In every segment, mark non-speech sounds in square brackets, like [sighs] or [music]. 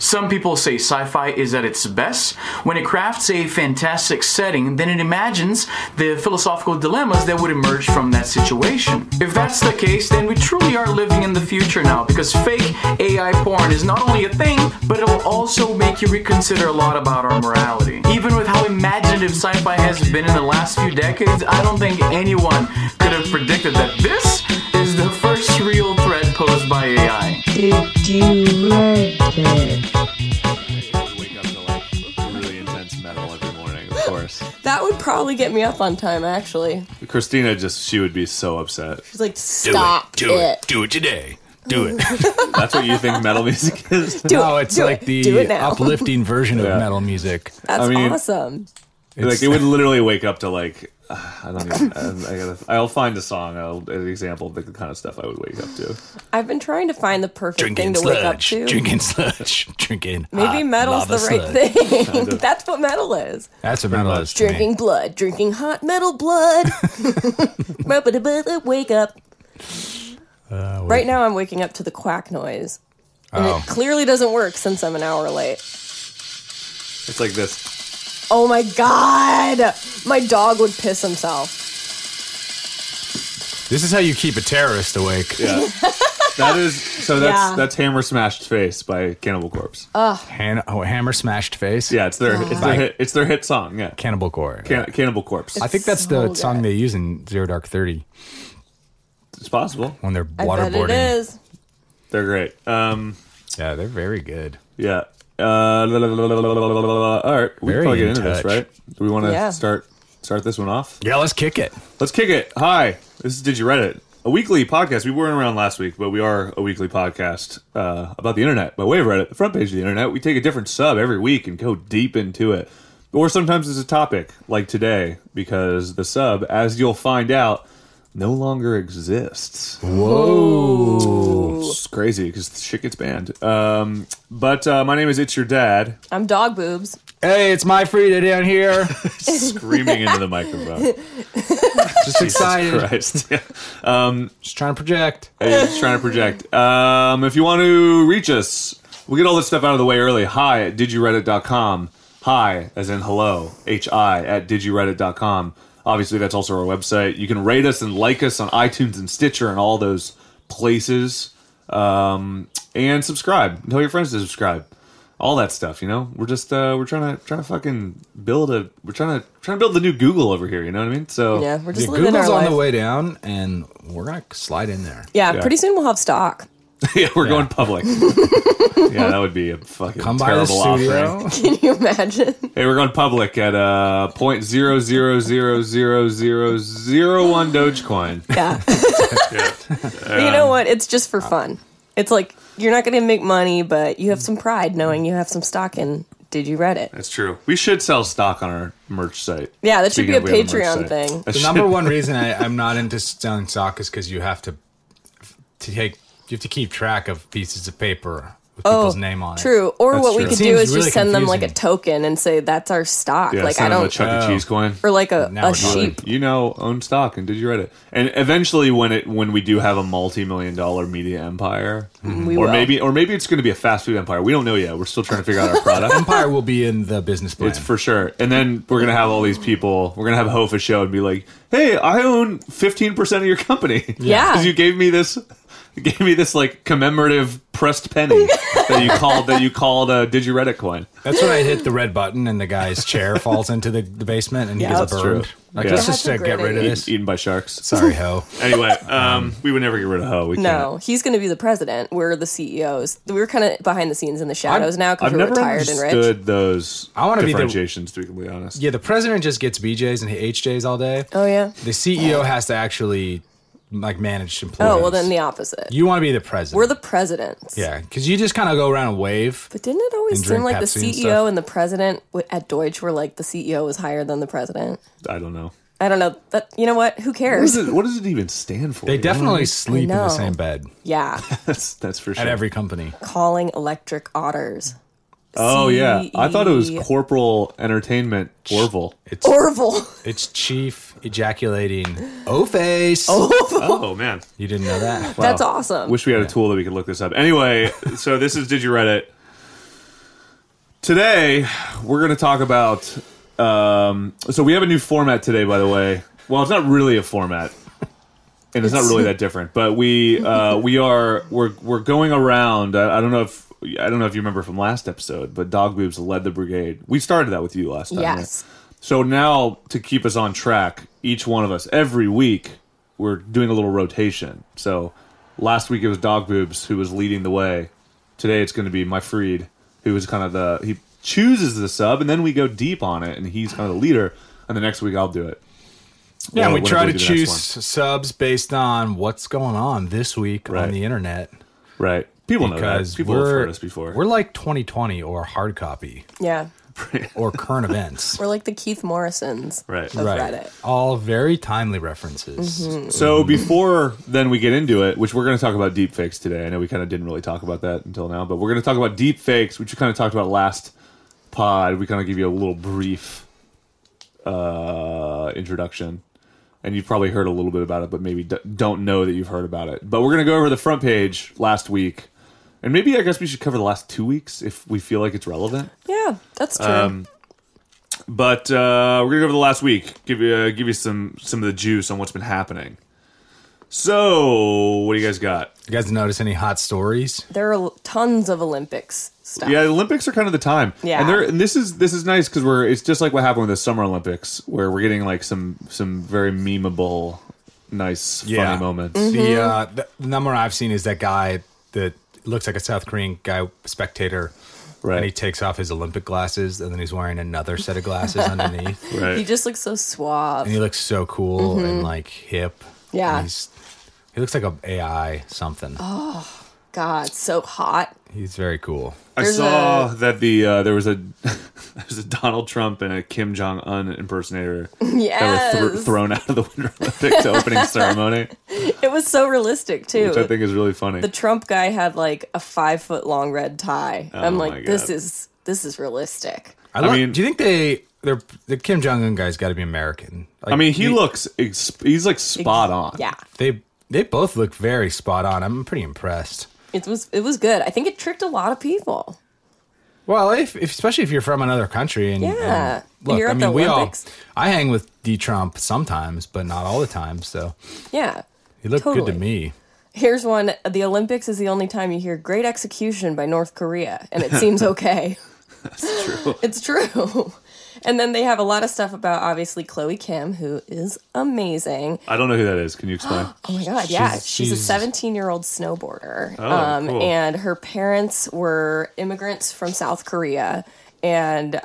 Some people say sci fi is at its best when it crafts a fantastic setting, then it imagines the philosophical dilemmas that would emerge from that situation. If that's the case, then we truly are living in the future now because fake AI porn is not only a thing, but it will also make you reconsider a lot about our morality. Even with how imaginative sci fi has been in the last few decades, I don't think anyone could have predicted that this is the first real threat posed by AI. Did you like it? I wake up to like really intense metal every morning, of course. That would probably get me up on time, actually. [laughs] Christina just she would be so upset. She's like, stop do it. Do it today. Do it. That's what you think [laughs] metal music is. Do No, it, Oh, it's do like it, do it the now. [laughs] uplifting version of metal music. That's I mean- awesome. like it would literally wake up to like uh, I don't even, I, I gotta I'll find a song I'll, an example of the kind of stuff I would wake up to. I've been trying to find the perfect Drinking thing to wake up sludge. to. [laughs] Drinking sludge. Drinking. Maybe hot metal's lava the right sludge. thing. [laughs] That's what metal is. That's what metal is. to me. Drinking blood, drinking hot metal [laughs] blood. wake up. Uh, right now, I'm waking up to the quack noise. And Oh. it clearly doesn't work since I'm an hour late. It's like this. Oh my god! My dog would piss himself. This is how you keep a terrorist awake. Yeah. That is so that's Yeah. that's Hammer Smashed Face by Cannibal Corpse. Han- oh, hammer smashed face. yeah, it's their it's their hit, it's their hit song. Yeah. Cannibal Gore. Can, Cannibal Corpse. I think that's So the good. song they use in Zero Dark Thirty It's possible. when they're I bet waterboarding. it is. They're great. Um Yeah, they're very good. yeah. Uh, la- la- la- la- la- la- la- all right, we Very probably get in into touch. this, right? Do we want to Yeah. start start this one off? Yeah, let's kick it. Let's kick it. Hi, this is Did You Reddit, a weekly podcast. We weren't around last week, but we are a weekly podcast uh, about the internet by way of Reddit, the front page of the internet. We take a different sub every week and go deep into it. Or sometimes it's a topic, like today, because the sub, as you'll find out, no longer exists. Whoa. It's crazy because shit gets banned. Um, but uh, my name is It's Your Dad, I'm dog boobs. Hey, it's my Frida [laughs] down here. screaming into [laughs] the microphone. Just excited. [laughs] Christ. Just trying to project. I'm just trying to project. Um, if you want to reach us, we'll get all this stuff out of the way early. Hi at digireddit.com. Hi, as in hello, H I at digireddit.com. Obviously, that's also our website. You can rate us and like us on iTunes and Stitcher and all those places. Um, and subscribe. Tell your friends to subscribe. All that stuff, you know. We're just uh, we're trying to trying to fucking build a we're trying to trying to build the new Google over here. You know what I mean? So Yeah, we're just Yeah, living Google's our on life. the way down, and we're gonna slide in there. Yeah, Yeah. pretty soon we'll have stock. [laughs] [laughs] yeah, we're going [laughs] public. yeah, that would be a fucking Come by the terrible offering. studio. Can [laughs] you imagine? Hey, we're going public at uh point zero zero zero zero zero zero one [laughs] Dogecoin. Yeah. you know what? It's just for fun. It's like you're not going to make money, but you have some pride knowing you have some stock in Did You Read It? That's true. We should sell stock on our merch site. Yeah, that should be Speaking a of, we have Patreon merch site. thing. That the should- number one reason I, I'm not into selling stock is because you have to to take you have to keep track of pieces of paper with people's name on it. Oh, True. Or That's what true. we could Seems do is really just send them like a confusing. token and say that's our stock. Yeah, like I send them don't, a Chuck E. Oh. Cheese coin. or like a, Now a we're talking. sheep. You know, own stock and did you read it? And eventually, when it when we do have a multi million dollar media empire, Mm-hmm. We or will. maybe or maybe it's going to be a fast food empire. We don't know yet. We're still trying to figure out our product. Empire will be in the business plan. It's for sure. And then we're gonna have all these people. We're gonna have Hofa show and be like, "Hey, I own fifteen percent of your [laughs] company. Yeah. because you gave me this, you gave me this like commemorative pressed [laughs] penny that you called that you called a Digireddit coin. That's when I hit the red button and the guy's chair falls into the, the basement and he Yeah. gets That's burned. true. Like Yeah. let's That's just a uh, great get rid of idea. this. e-, Eaten by sharks. Sorry, ho. [laughs] Anyway, um, we would never get rid of Ho. We No, can't. he's going to be the president. We're the CEOs. We're kind of behind the scenes in the shadows now because I've we're never retired and rich. understood those I wanna be the- differentiations. To be completely honest, Yeah, the president just gets BJ's and HJ's all day. Oh yeah. The CEO has to actually like manage employees. Oh well, then the opposite. you want to be the president. We're the presidents. yeah, because you just kind of go around and wave. But didn't it always and seem drink like the Pepsi and CEO stuff. and, the president w- at Deutsch were like the CEO was higher than the president? I don't know. I don't know. That you know what? Who What, is cares? it, what does it even stand for? They You know what I definitely mean? sleep in know. the same bed [laughs] Yeah, [laughs] that's that's for sure. at every company. calling electric otters. Oh yeah, I thought it was E. Corporal Entertainment Orville. [laughs] It's Orville. it's Chief ejaculating O face. Oh man, You didn't know that. That's awesome. wish we had a tool that we could look this up. Anyway, so this is Did You Read It? Today we're going to talk about. Um, so we have a new format today, by the way. Well, it's not really a format, and it's not really that different. But we uh, we are we're we're going around. I, I don't know if I don't know if you remember from last episode, but Dog Boobs led the brigade. We started that with you last time. right? yes. So now to keep us on track, each one of us every week we're doing a little rotation. So last week it was Dog Boobs who was leading the way. Today it's going to be my Freed who is kind of the he chooses the sub and then we go deep on it and he's kind of the leader. And the next week I'll do it. Yeah, Or we whenever try to do the next choose subs based on what's going on this week Right. on the internet one. right. People know that. because People have we're heard us before. we're like 2020 or hard copy Yeah. or [laughs] current events. We're like the Keith Morrisons [laughs] Right. of Right. Reddit. All very timely references. So before then we get into it, which we're going to talk about deep fakes today. I know we kind of didn't really talk about that until now, but we're going to talk about deep fakes, which we kind of talked about last pod. We kind of give you a little brief uh, introduction, and you've probably heard a little bit about it, but maybe d- don't know that you've heard about it. But we're going to go over the front page last week, and maybe I guess we should cover the last two weeks if we feel like it's relevant. Yeah, that's true. Um, But uh, we're gonna go over the last week. Give you uh, give you some some of the juice on what's been happening. So, what do you guys got? You guys notice any hot stories? there are tons of Olympics stuff. Yeah, the Olympics are kind of the time. Yeah. and, they're, and this is this is nice because we're it's just like what happened with the Summer Olympics where we're getting like some some very memeable, nice, Yeah. funny moments. Mm-hmm. The, uh, the the number I've seen is that guy that looks like a South Korean guy spectator. Right. Mm-hmm. And he takes off his Olympic glasses, and then he's wearing another set of [laughs] glasses underneath. Right. He just looks so suave. And he looks so cool and like hip. Mm-hmm. Yeah. Oh. And he's, he looks like a AI something. God, so hot. He's very cool. I There's saw that the uh, there was a [laughs] there was a Donald Trump and a Kim Jong Un impersonator that were Yes. thr thrown out of the Winter Olympics [laughs] opening ceremony, It was so realistic too. which I think is really funny. the Trump guy had like a five foot long red tie. Oh I'm my like, this God. is this is realistic. I, love, mean- do you think they they're the Kim Jong Un guy's got to be American? Like, I mean, he they- looks ex- he's like spot on. Yeah, they they both look very spot on. I'm pretty impressed. it was it was good. I think it tricked a lot of people. Well, if, if especially if you're from another country and Yeah. and look, You're I at mean, the we all Olympics. I hang with D Trump sometimes, but not all the time. So Yeah. he looked good Totally. to me. Here's one. The Olympics is the only time you hear great execution by North Korea, and it [laughs] seems okay. That's true. [laughs] It's true. And then they have a lot of stuff about obviously Chloe Kim, who is amazing. I don't know who that is. Can you [gasps] explain? Oh my god, yeah. She's- She's, a she's- 17 year old snowboarder. Oh, um, cool. And her parents were immigrants from South Korea. And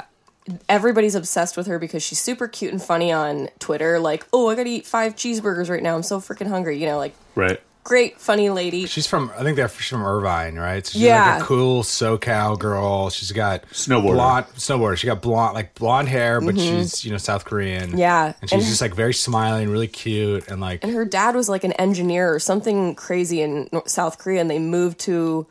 everybody's obsessed with her because she's super cute and funny on Twitter. Like, oh, I gotta eat five cheeseburgers right now. I'm so freaking hungry. You know, like, right. great, funny lady. She's from I think they're she's from Irvine, right? So she's like Yeah. a cool SoCal girl. She's got Snowboarder. blonde snowboarder. She got blonde like blonde hair, but she's you know South Korean. Mm-hmm. Yeah. and she's And- just like very smiling, really cute, and like and her dad was like an engineer or something crazy in Nor- South Korea, and they moved to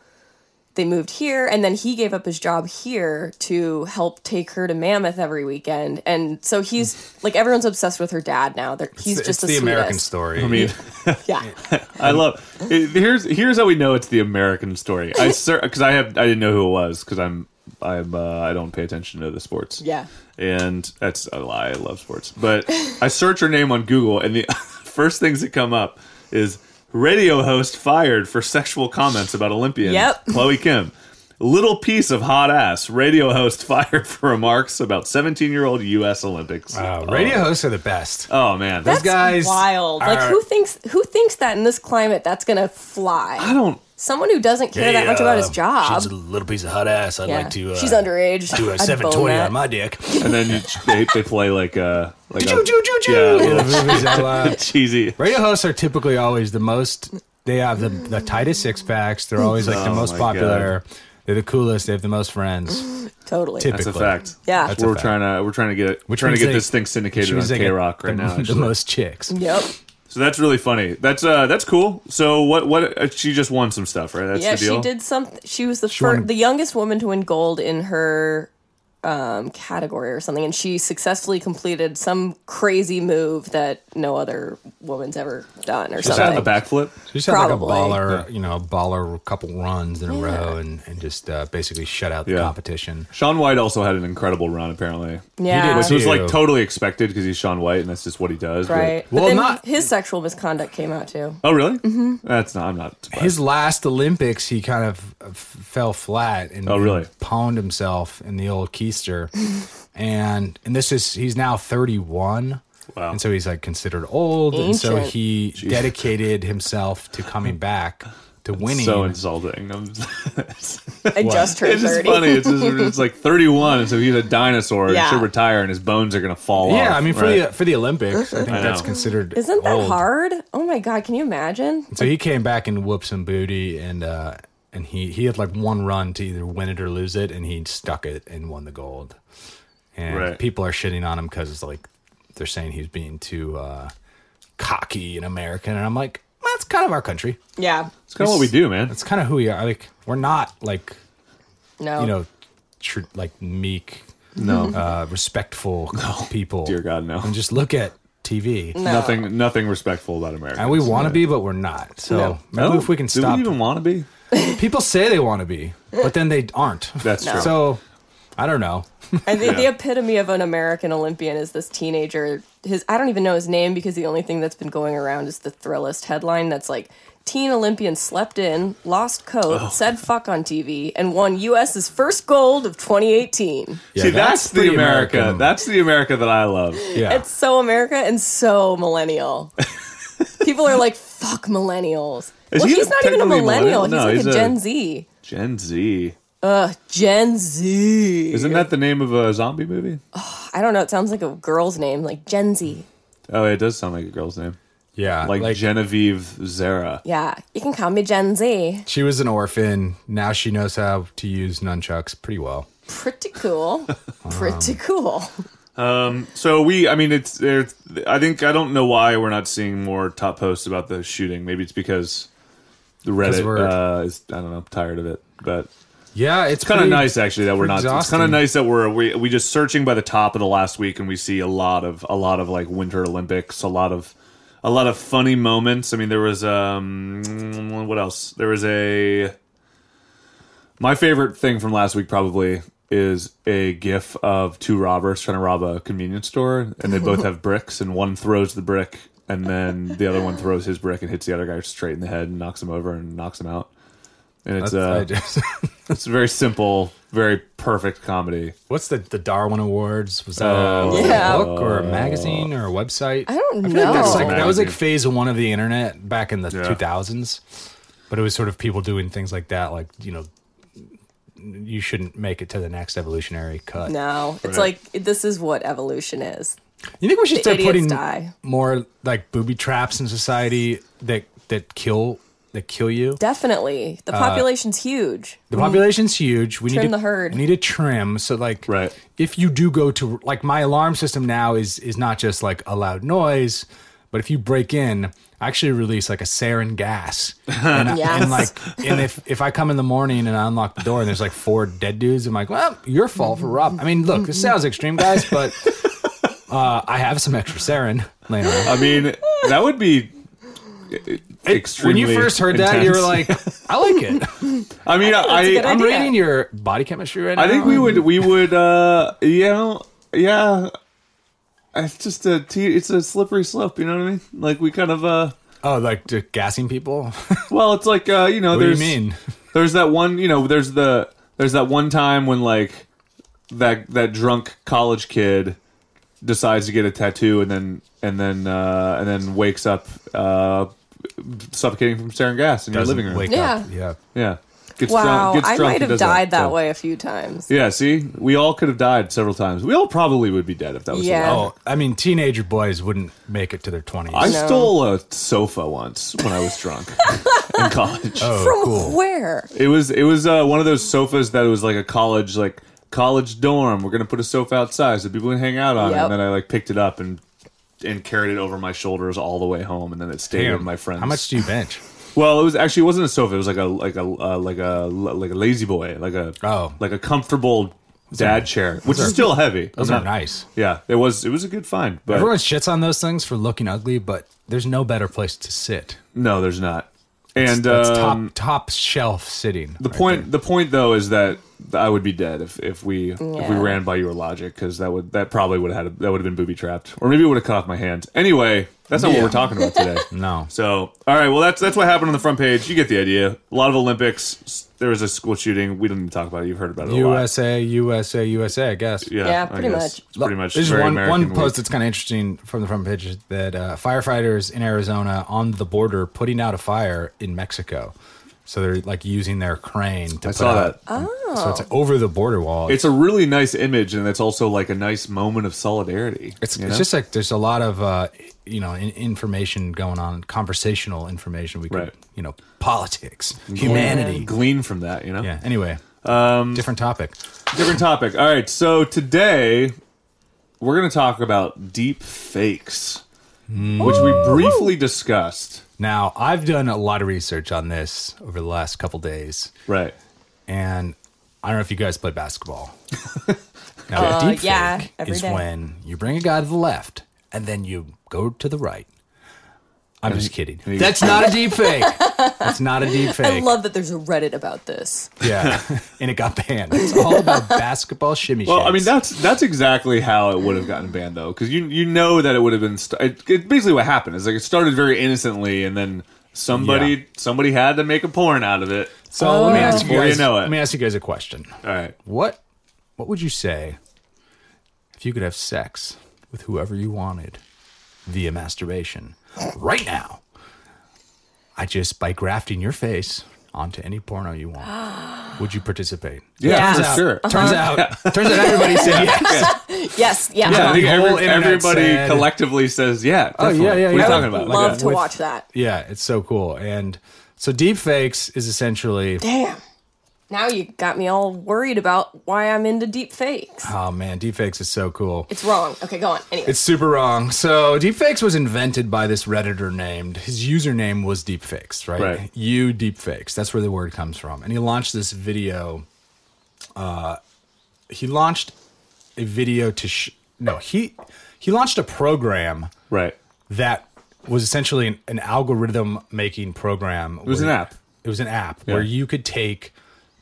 they moved here, and then he gave up his job here to help take her to Mammoth every weekend, and so [laughs] he's like everyone's obsessed with her dad now. They're, he's it's just the the, American sweetest. story. I [laughs] mean, Yeah, I love. it- here's here's how we know it's the American story. I because I have I didn't know who it was because I'm I'm uh, I don't pay attention to the sports. [laughs] yeah. and that's a lie. I love sports, but I search her name on Google, and the [laughs] first things that come up is radio host fired for sexual comments about Olympian Yep. Chloe Kim. Little piece of hot ass. Radio host [laughs] fired for remarks about 17 year old U.S. Olympics. uh, radio hosts are the best. Oh, oh, man, That's This guys wild. Like are- who thinks who thinks that in this climate that's gonna I fly? don't. Someone who doesn't care that much uh, about his job. She's a little piece of hot ass. I'd yeah. like to. Uh, she's underage. Do a [laughs] I'd bone seven twenty that. on my [laughs] dick. And then you, they, they play like uh like a, yeah, a The [laughs] little movies I love. cheesy. Radio hosts are typically always the most. They have the, the tightest six packs. They're always like the Oh most my popular. They're the coolest. They have the most friends. Totally. Typically, That's a fact. Yeah. That's That's a we're fact. trying to we're trying to get we're trying to means get they- this thing syndicated on they get K Rock right [laughs] the, now. The actually. most chicks. Yep. So that's really funny. That's uh, that's cool. So what? What? uh, She just won some stuff, right? That's yeah, the deal. she did something. She was the fir- won- the youngest woman to win gold in her um, category or something, and she successfully completed some crazy move that no other woman's ever done or Is that a something. backflip? She just had like a Probably. baller, you know, baller couple runs in a row and, and just uh, basically shut out the Yeah. competition. Sean White also had an incredible run, apparently. Yeah. Which was like Ew. totally expected because he's Sean White and that's just what he does. but- Right. Well, but then not- his sexual misconduct came out too. Oh, really? Mm-hmm. That's not. I'm not. surprised. His last Olympics, he kind of uh, f- fell flat and, Oh, really? and pawned himself in the old keister. and and this is he's now 31. Wow. And so he's like considered old. And so [laughs] Ancient. he dedicated himself to coming back to winning. so insulting. I'm- it's I [laughs] just turned it's just thirty. funny. It's, just, it's like 31, so he's a dinosaur. and Yeah. should retire, and his bones are gonna fall off. yeah, I mean for right? the for the Olympics, [laughs] I think I that's know. considered Isn't that old. hard? Oh my god, can you imagine? So he came back and whooped some booty, and uh, and he he had like one run to either win it or lose it, and he stuck it and won the gold. And Right. people are shitting on him because like they're saying he's being too uh, cocky and American, and I'm like, well, that's kind of our country. Yeah. it's kind of what we do, man. That's kind of who we are. Like we're not like No. you know, tr- like meek, No, uh, respectful people. dear God, [laughs] no. And just look at TV. No. Nothing, nothing respectful about America. And we want to be, but we're not. So maybe if we can Oh, do stop we even want to be? People say they want to be, but then they aren't. [laughs] That's true. So, I don't know. I think the epitome of an American Olympian is this teenager. His I don't even know his name because the only thing that's been going around is the Thrillist headline that's like teen Olympian slept in, lost coat, Oh. said fuck on TV, and won U.S.'s first gold of 2018. See, Yeah, that's, the pretty America. That's the America that I love. yeah. It's so America and [laughs] so millennial. People are like fuck millennials. Is well, he he's not even a technically millennial? millennial. He's No, like he's a a- Gen Z. Gen Z. Gen Z. Isn't that the name of a zombie movie? I don't know. It sounds like a girl's name, like Gen Z. Oh, it does sound like a girl's name, yeah. like, Like, Genevieve Zara. Yeah, you can call me Gen Z. she was an orphan. Now she knows how to use nunchucks pretty well. Pretty cool. Pretty cool. So we, I mean, it's. There, I think I don't know why we're not seeing more top posts about the shooting. Maybe it's because the Reddit we're- uh, is. I don't know. I'm tired of it, but Yeah, it's kind of pretty- nice actually that we're not. It's exhausting. kind of nice that we're we we just searching by the top of the last week and we see a lot of a lot of like Winter Olympics, a lot of a lot of funny moments. I mean, there was um what else? There was a my favorite thing from last week probably is a gif of two robbers trying to rob a convenience store and they [laughs] both have bricks and one throws the brick and then the other one throws his brick and hits the other guy straight in the head and knocks him over and knocks him out. And it's That's- uh, I just- it's very simple, very perfect comedy. [laughs] what's the the Darwin Awards? Was that Uh, a, was that a Yeah. book or a magazine or a website? I don't I feel like that's know. like that was like Magazine. phase one of the internet back in the Yeah. 2000s. But it was sort of people doing things like that, like you know, you shouldn't make it to the next evolutionary cut. No, it's like this is what evolution is. You think we should The start idiots putting die. more like booby traps in society that that kill that kill you? Definitely, the population's huge. The population's huge. We Trim need to, the herd. We need to trim. So like, Right. if you do go to like my alarm system now is is not just like a loud noise, but if you break in, I actually release like a sarin gas. And, I- Yes. and like, and if if I come in the morning and I unlock the door and there's like four dead dudes, I'm like, well, your fault for rob. I mean, look, this sounds extreme, guys, but [laughs] uh, I have some extra sarin laying around. I mean, that would be extremely. when you first heard that, you were like, "Oh, "I [laughs] like it." I mean, a good I, I'm idea. reading your body chemistry right now. I think we would, we would, uh, you know, yeah. It's just a, t- it's a slippery slope. You know what I mean? Like we kind of, uh, Oh, like just gassing people. what well, it's like, uh, you know, [laughs] do you there's, mean? there's that one, you know, there's the, there's that one time when like that that drunk college kid decides to get a tattoo and then and then uh, and then wakes up uh, suffocating from sarin gas in your living room. Wake Yeah. up. Yeah. Yeah. Gets Wow, gets I drunk might and have does died that, so. way a few times. Yeah, see, we all could have died several times. We all probably would be dead if that was Yeah. allowed. Oh, I mean, teenager boys wouldn't make it to their twenties. I No. stole a sofa once when I was [laughs] drunk in college. Oh, From where? It was it was uh, one of those sofas that was like a college like college dorm. We're gonna put a sofa outside so people can hang out on it. Yep. And then I like picked it up and and carried it over my shoulders all the way home, and then it stayed with my friends. How much do you bench? Well, it was actually it wasn't a sofa. It was like a like a uh, like a like a lazy boy, like a Oh. like a comfortable dad chair, which is still heavy. Those I'm are not- nice. Yeah, it was it was a good find, but Everyone shits on those things for looking ugly, but there's no better place to sit. no, there's not. And That's um, top top shelf sitting. the point the point though is that I would be dead if if we if we Yeah. ran by your logic because that would that probably would have had a, that would have been booby trapped or maybe it would have cut off my hand. Anyway, that's not what we're talking about [laughs] today. No. So, all right. Well, that's that's what happened on the front page. You get the idea. A lot of Olympics. s- There was a school shooting. We didn't even talk about it. You've heard about it. A lot. USA, USA, USA, I guess. Yeah, Yeah, I pretty guess. much. It's pretty much. There's very one, American one post week. that's kind of interesting from the front page that uh, firefighters in Arizona on the border putting out a fire in Mexico. So they're like using their crane to I put saw that. out- Oh. So it's over the border wall. It's a really nice image, and it's also like a nice moment of solidarity. It's, you it's know? just like there's a lot of uh, you know in, information going on, conversational information. We could Right. you know politics, humanity. glean from that, you know. Yeah. Anyway, Um, different topic. Different topic. All right. So today we're going to talk about deep fakes, which we briefly discussed. Now I've done a lot of research on this over the last couple days, Right. and I don't know if you guys play [laughs] basketball. now, Uh, deepfake yeah, every is day. when you bring a guy to the left and then you go to the right. I'm just kidding. you- That's not a deep fake. That's not a deep [laughs] fake. I love that there's a Reddit about this. [laughs] Yeah, and it got banned. It's all about basketball shimmy. Well, I shakes. mean that's that's exactly how it would have gotten banned though, because you you know that it would have been. St- it, it- basically, what happened is like it started very innocently, and then somebody Yeah. somebody had to make a porn out of it. So let me Oh. ask you Before you guys. know it. Let me ask you guys a question. All right, What What would you say if you could have sex with whoever you wanted via masturbation right now? I just by grafting your face onto any porno you want. would you participate? yeah, Turns for out, sure. Turns [laughs] out, turns out everybody said yes. Yes, yeah. Yeah, I think The whole every, internet everybody said- collectively says yeah. Oh, yeah, definitely. yeah, What are you yeah. talking about? Like Love a- to with- watch that. Yeah, it's so cool. And so deep fakes is essentially Damn. Now you got me all worried about why I'm into deep fakes. oh man, deep fakes is so cool. It's wrong. Okay, go on. Anyway. It's super wrong. So Deepfakes was invented by this Redditor named his username was Deepfakes, right? Right. You Deepfakes. That's where the word comes from. And he launched this video. Uh, he launched a video to sh- no he he launched a program right. that was essentially an, an algorithm making program. It was an app. It was an app where you could take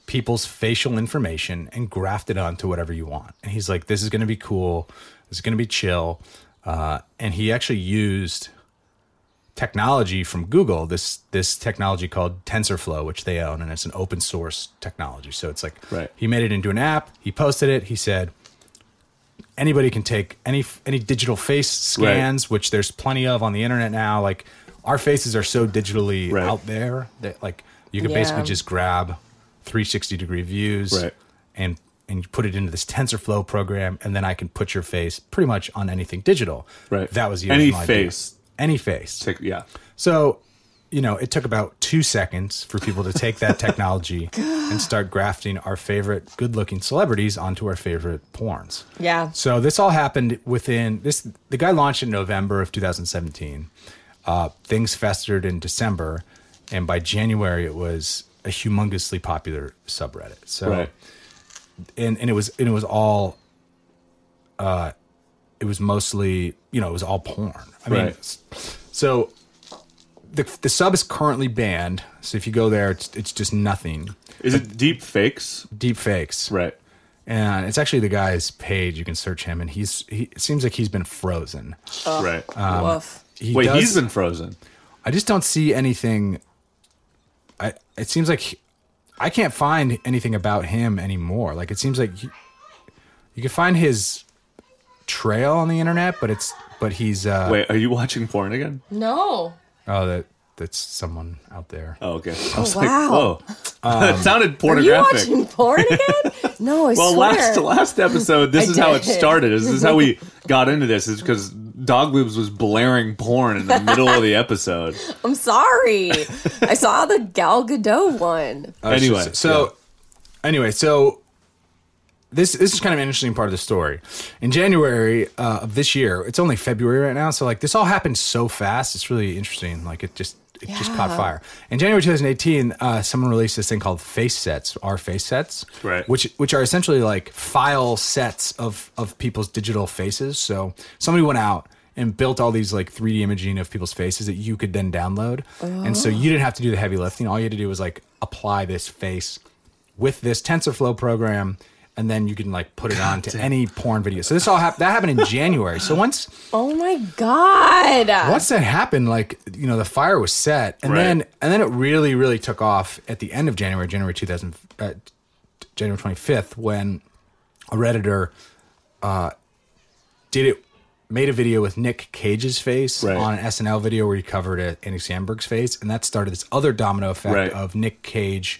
people's facial information and graft it onto whatever you want. And he's like, this is going to be cool. This is going to be chill. Uh, and he actually used technology from Google, this this technology called TensorFlow, which they own, and it's an open source technology. So it's like Right. he made it into an app. He posted it. He said anybody can take any any digital face scans, which there's plenty of on the internet now. Like our faces are so digitally Right. out there that like you can Yeah. basically just grab 360 degree views Right. and and put it into this TensorFlow program, and then I can put your face pretty much on anything digital. Right. That was the Any original idea. face. Any face. Take- yeah, So, you know, it took about two seconds for people to take that technology and start grafting our favorite good looking celebrities onto our favorite porns. yeah. So this all happened within this. The guy launched in November of 2017. Uh, things festered in December, and by January it was a humongously popular subreddit. So right. and and it was and it was all uh it was mostly you know it was all porn i mean Right. s- so the the sub is currently banned so if you go there it's it's just nothing Is it deep fakes? deep fakes Right. and it's actually the guy's page you can search him and he's he it seems like he's been frozen right. Woof. he Wait, does- he's been frozen. I just don't see anything. I it seems like he- I can't find anything about him anymore. Like it seems like he, you can find his trail on the internet, but it's but he's uh Wait, are you watching porn again? No. oh that that's someone out there. Oh, okay. I was wow. like, whoa. [laughs] that sounded Are you pornographic. watching porn again? No, I well, swear. last last episode, this I is how it did. started. This is how we got into this. Is because Dog Boobs was blaring porn in the middle of the episode. I'm sorry. I saw the Gal Gadot one. Uh, anyway, so, so- anyway, so this this is kind of an interesting part of the story. In January uh, of this year, it's only February right now, so like this all happened so fast. It's really interesting. Like it just it just caught Yeah. fire. In January 2018, uh, someone released this thing called face sets, our face sets, Right. Which which are essentially like file sets of of people's digital faces. So somebody went out and built all these like 3D imaging of people's faces that you could then download. And so you didn't have to do the heavy lifting. All you had to do was like apply this face with this TensorFlow program, and then you can like put it on to any porn video. So this all happened. That [laughs] happened in January. So once Oh my god. once that happened, like you know, the fire was set, and Right. then and then it really, really took off at the end of January, January two thousand, uh, January twenty fifth, when a redditor uh, did it, made a video with Nick Cage's face Right. on an SNL video where he covered uh, Andy Sandberg's face, and that started this other domino effect Right. of Nick Cage's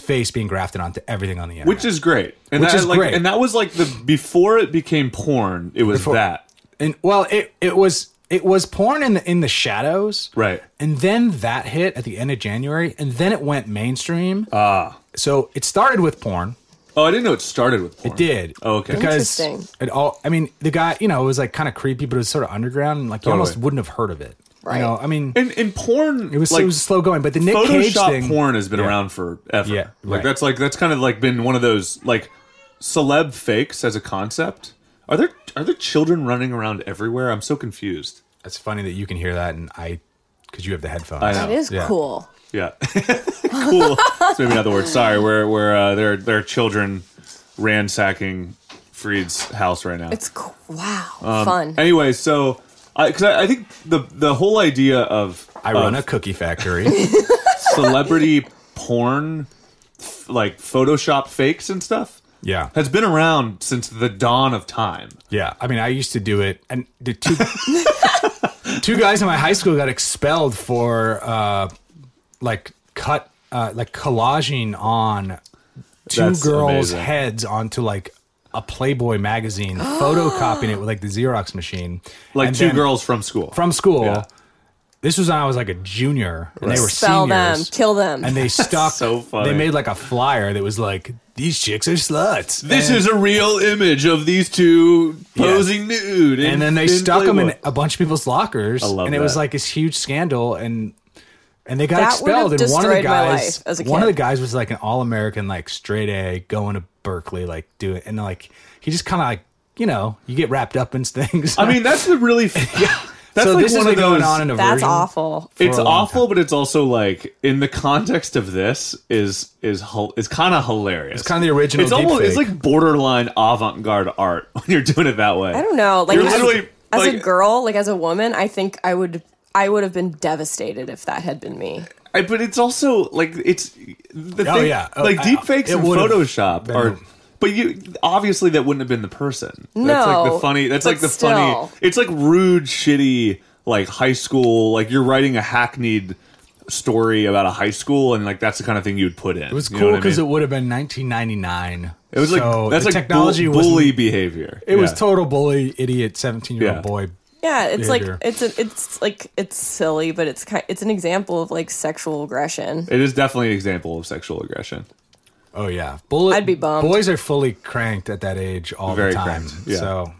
face being grafted ononto everything on the internet. which is great. And Which that, is like, great. And that was like the before it became porn. It was that. and well, it it was it was porn in the in the shadows, Right. And then that hit at the end of January, and then it went mainstream. Ah, so it started with porn. Oh, I didn't know it started with porn. It did. Oh, okay. Because Interesting. it all. I mean, the guy, you know, it was like kind of creepy, but it was sort of underground, and like you almost Totally. wouldn't have heard of it. Right. You know, I mean, And, and porn. it was like, it was slow going, but the Nick Cage Photoshop thing. porn has been Yeah. around forever. Yeah, Like right. that's like that's kind of like been one of those like celeb fakes as a concept. Are there are there children running around everywhere? I'm so confused. It's funny that you can hear that, and I, because you have the headphones. I That know. is Yeah. cool. Yeah. [laughs] cool. That's maybe not the word. Sorry. Where where uh, there are- there are children ransacking Freed's house right now. It's cool. wow, Um, fun. Anyway, so I because I, I think the the whole idea of I run of a cookie [laughs] factory. [laughs] celebrity porn f- like Photoshop fakes and stuff yeah. has been around since the dawn of time. Yeah, I mean, I used to do it, and the two [laughs] two guys in my high school got expelled for uh, like cut uh, like collaging on two That's girls' amazing. heads onto like a [gasps] Playboy magazine, photocopying it with like the Xerox machine, Like And two then girls from school. from school. Yeah. This was when I was like a junior, and they were Sell them, seniors, kill [laughs] them. and they stuck. So funny. They made like a flyer that was like, "These chicks are sluts." This And- is a real image of these two posing nude, in- and then they in stuck them in Playboy. a bunch of people's lockers. love and it was that. like this huge scandal, and and they got That would have expelled. And one of the destroyed my guys, life as a one of the kid. guys was like an all American, like straight A, going to Berkeley, like doing, and like he just kind of like you know you get wrapped up in [laughs] things. I mean, that's the really. [laughs] That's so like this one has of been those. going on in a That's version. awful. it's a long awful, but it's also like in the context of this is is hil- is kind of hilarious. It's kinda the original It's almost it's deepfake. like borderline avant garde art [laughs] when you're doing it that way. I don't know. Like You're as, literally, as a like- girl, like as a woman, I think I would I would have been devastated if that had been me. I, but it's also like it's the Oh, thing, yeah. Oh, like I- deep fakes it and would've Photoshop been- are. But you obviously that wouldn't have been the person. that's like the No, funny. That's but like the funny. still. It's like rude, shitty, like high school. Like you're writing a hackneyed story about a high school, and like that's the kind of thing you'd put in. It was cool because it would have been 1999. it was so like that's the like technology technology was bully behavior. it was Yeah. total bully idiot 17 year Yeah. old boy. Yeah, it's like Behavior. it's a, it's like it's silly, but it's kind it's an example of like sexual aggression. It is definitely an example of sexual aggression. Oh yeah, bullet. I'd be bummed. Boys are fully cranked at that age all Very the time. cranked, yeah. So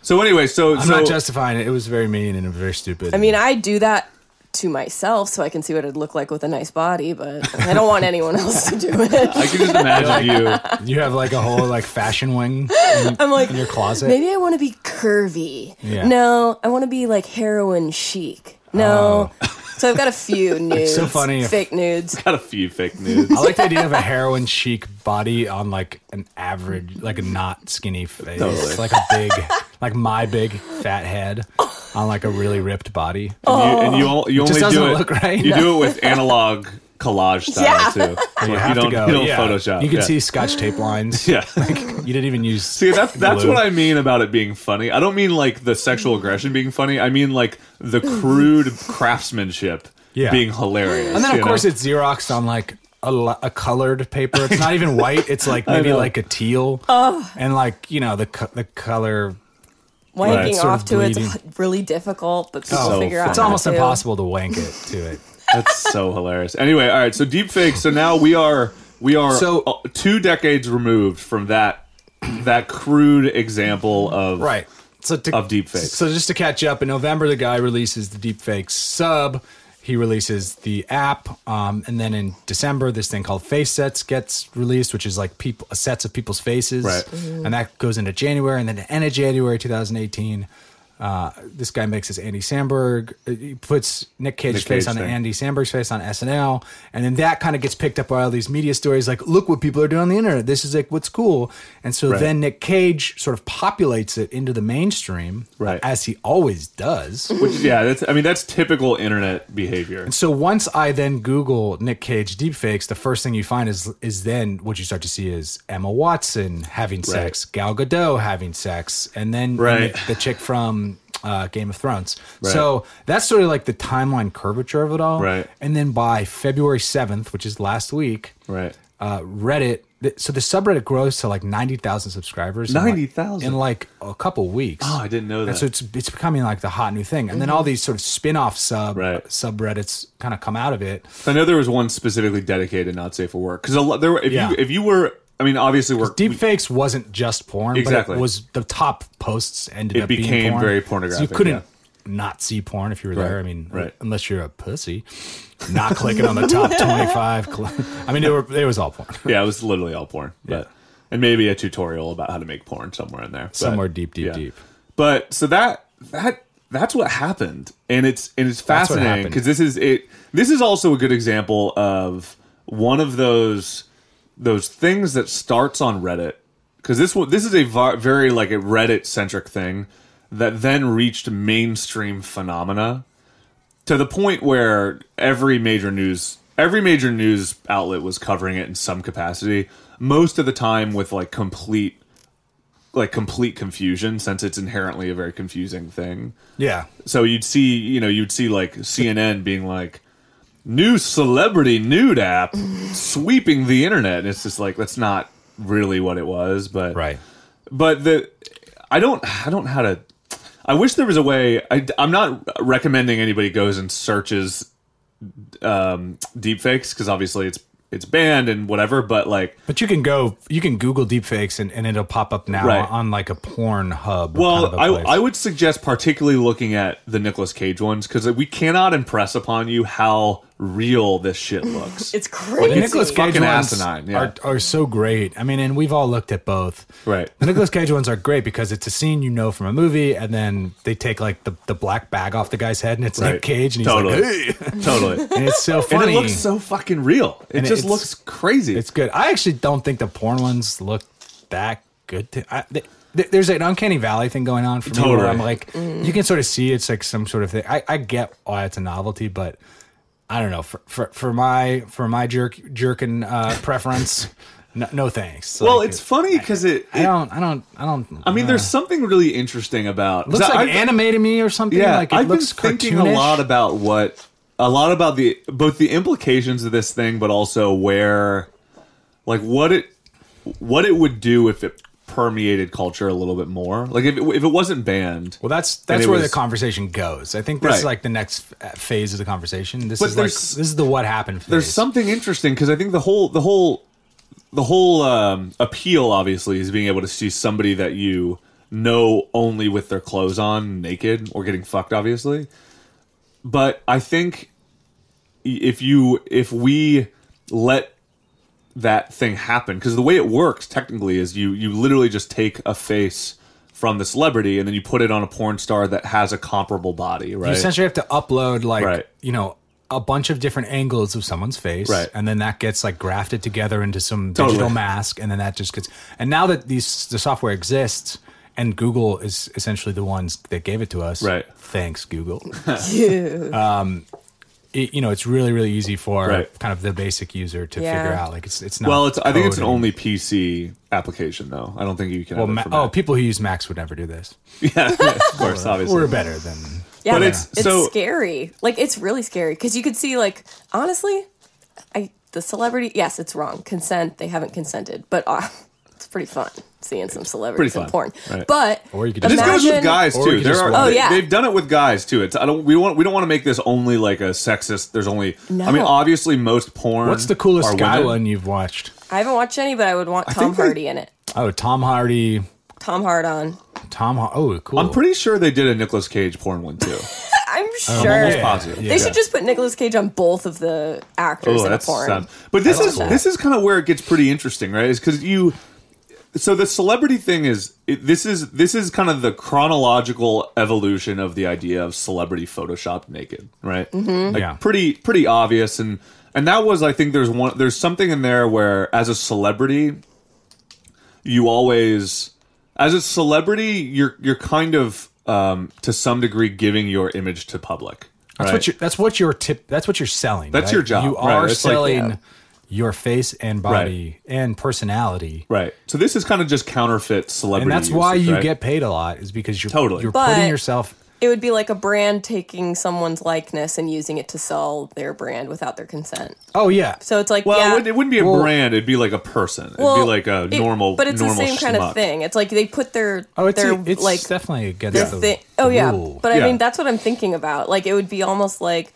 So anyway, so I'm so not justifying it. It was very mean and very stupid. I mean, I do that to myself so I can see what it'd look like with a nice body, but I don't want anyone else to do I [laughs] it. can just imagine you. you have like a whole like fashion wing in, I'm like, in your closet. maybe I want to be curvy. Yeah. No, I want to be like heroin chic. No. So I've got a [laughs] few nudes. Oh. so funny if- Fake nudes. Got a few fake nudes. I like the idea of a heroin chic body on like an average, like a not skinny face, Totally. like a big, like my big fat head on like a really ripped body. And you, and you, al- you Oh. It only do just doesn't it. look right. You do it with [laughs] analog collage style Yeah. too. Like, You have don't, to go. you don't yeah. Photoshop. You can yeah. see scotch tape lines. [laughs] [laughs] Yeah. You didn't even use. See, that's that's glue. what I mean about it being funny. I don't mean like the Mm-hmm. sexual aggression being funny. I mean like the crude [laughs] craftsmanship Yeah. being hilarious. And then, you of course, know? it's Xeroxed on like a, lo- a colored paper. It's not even white. [laughs] It's like maybe know. like a teal. Oh. And like, you know, the, co- the color. Right, Wanking sort off of to bleeding. it's really difficult, but people So figure out. funny. It's how almost to. impossible to wank it to it. [laughs] that's so hilarious. Anyway, all right. So deepfakes. So now we are we are So- uh, two decades removed from that that crude example of Right. So to, Of deepfakes. So just to catch up, in November the guy releases the deepfakes sub. He releases the app, um, and then in December this thing called Face Sets gets released, which is like people sets of people's faces, Right. and that goes into January, and then the end of January 2018. Uh, this guy makes his Andy Samberg. uh, He puts Nick Cage's Nick face Cage on thing. Andy Samberg's face on SNL, and then that kind of gets picked up by all these media stories. Like, look what people are doing on the internet. This is like what's cool. And so Right. then Nick Cage sort of populates it into the mainstream, Right. as he always does. Which, yeah, that's. I mean, that's typical internet behavior. so once I then Google Nick Cage deepfakes, the first thing you find is is then what you start to see is Emma Watson having sex, Gal Gadot having sex, and then and Right. the, the chick from uh, Game of Thrones. Right. So that's sort of like the timeline curvature of it all. Right. And then by February seventh, which is last week, Right. uh, Reddit. th- So the subreddit grows to like ninety thousand subscribers. in like- 90,000? in like a couple weeks. Oh, I didn't know And that. so it's it's becoming like the hot new thing, and then all these sort of spin-off sub Right. subreddits kind of come out of it. I know there was one specifically dedicated not safe for work because a lot there were if Yeah. you if you were I mean obviously we're Deepfakes wasn't just porn, Exactly. but it was the top posts ended It up being became porn. very So pornographic, you couldn't yeah. not see porn if you were there. I mean, right. unless you're a pussy, not clicking on the [laughs] top twenty-five. cl- I mean, it, were, it was all porn yeah it was literally all porn but and maybe a tutorial about how to make porn somewhere in there But- somewhere deep, deep, yeah. deep. but so that that that's what happened and it's and it's That's what fascinating happened. because this is it this is also a good example of one of those those things that starts on reddit because this one this is a vi- very like a reddit centric thing that then reached mainstream phenomena to the point where every major news every major news outlet was covering it in some capacity most of the time with like complete like complete confusion since it's inherently a very confusing thing Yeah, so you'd see you know you'd see like cnn being like new celebrity nude app sweeping the internet and it's just like that's not really what it was but right. but the I don't I don't know how to. I wish there was a way. I, am not recommending anybody goes and searches um, deepfakes because obviously it's it's banned and whatever. But like, But you can go, you can Google deepfakes, and, and it'll pop up now Right. on like a porn hub. well, kind of a place. I, I would suggest particularly looking at the Nicolas Cage ones because we cannot impress upon you how real this shit looks. [laughs] It's crazy. the Nicolas Cage fucking ones asinine, yeah. are, are so great. I mean, and we've all looked at both. Right. The Nicolas Cage ones are great because it's a scene you know from a movie, and then they take like the, the black bag off the guy's head, and it's Right. Nick Cage, and he's totally, like, [laughs] "Hey." [laughs] totally. and it's so And funny. it looks so fucking real. It And just it's- looks crazy. it's good. I actually don't think the porn ones look that good. To, I, th th- there's an uncanny valley thing going on for me where Totally. I'm like, you can sort of see it's like some sort of thing. I, I get why it's a novelty, but I don't know for for, for my for my jerk jerking uh, preference, [laughs] no, no thanks. well, Like, it's funny because it. I it- don't. I don't. I don't. I mean, there's something really interesting about. looks anime. like animated me or something. like it I've looks been thinking cartoonish. a lot about what a lot about the both the implications of this thing, but also where, like, what it what it would do if it permeated culture a little bit more. Like, if it, if it wasn't banned, Well, that's And that's it where the was- conversation goes. I think this is Right. like the next f- phase of the conversation. This But is like there's- this is the what happened. Phase. there's something interesting because I think the whole the whole the whole um, appeal obviously is being able to see somebody that you know only with their clothes on, naked or getting fucked, obviously. But I think i- if you if we let that thing happen because the way it works technically is you you literally just take a face from the celebrity and then you put it on a porn star that has a comparable body right You essentially have to upload like Right. you know a bunch of different angles of someone's face, Right. and then that gets like grafted together into some digital Totally. mask, and then that just gets. And now that these the software exists, and Google is essentially the ones that gave it to us. Right. [laughs] Thanks, Google. um, it, you know, it's really really easy for Right. kind of the basic user to Yeah. figure out. Like it's it's not. well it's i think it's an coding. only pc application though i don't think you can Well, have it Ma- for Mac. oh, people who use Macs would never do this. yeah, of course, obviously. We're better than. Yeah, But it's, it's- so- scary. Like it's really scary because you could see like honestly, I the celebrity. Yes, it's wrong. Consent. They haven't consented, but uh, [laughs] it's pretty fun seeing some celebrities pretty in fun, porn. right. But Or you could This just- goes with imagine- guys Or we too. could There just are, watch it. Oh, yeah. they've done it with guys too. It's I don't we want we don't want to make this only like a sexist. There's only I mean No. obviously most porn. What's the coolest are guy women. one you've watched? I haven't watched any, but I would want Tom think they- Hardy in it. Oh, Tom Hardy. Tom Hardon. Tom. Har- oh, cool. I'm pretty sure they did a Nicolas Cage porn one too. I'm I'm sure. almost positive. Yeah. They should just put Nicolas Cage on both of the actors Oh, in a that's porn. sound- But this I love is that. this is kind of where it gets pretty interesting, right? Is because you. So the celebrity thing is it, this is this is kind of the chronological evolution of the idea of celebrity photoshopped naked, right? Mm-hmm. Like Yeah. pretty pretty obvious, and and that was I think there's one there's something in there where as a celebrity you always as a celebrity you're you're kind of um, to some degree giving your image to public. That's right? what you're. That's what your tip. That's what you're selling. That's right? your job, You right, are it's like- selling your face and body and personality, Right. So this is kind of just counterfeit celebrity. and that's why usage, you right? get paid a lot is because you're Totally. you're But- putting yourself. It would be like a brand taking someone's likeness and using it to sell their brand without their consent. Oh yeah. So it's like, Well, yeah, it, wouldn't, it wouldn't be a Well- brand. It'd be like a person. It'd well, be like a it- normal. but it's normal the same kind schmuck. of thing. It's like they put their Oh, it's their it's like definitely against their the thing. Oh yeah, rule. but I Yeah. mean that's what I'm thinking about. Like it would be almost like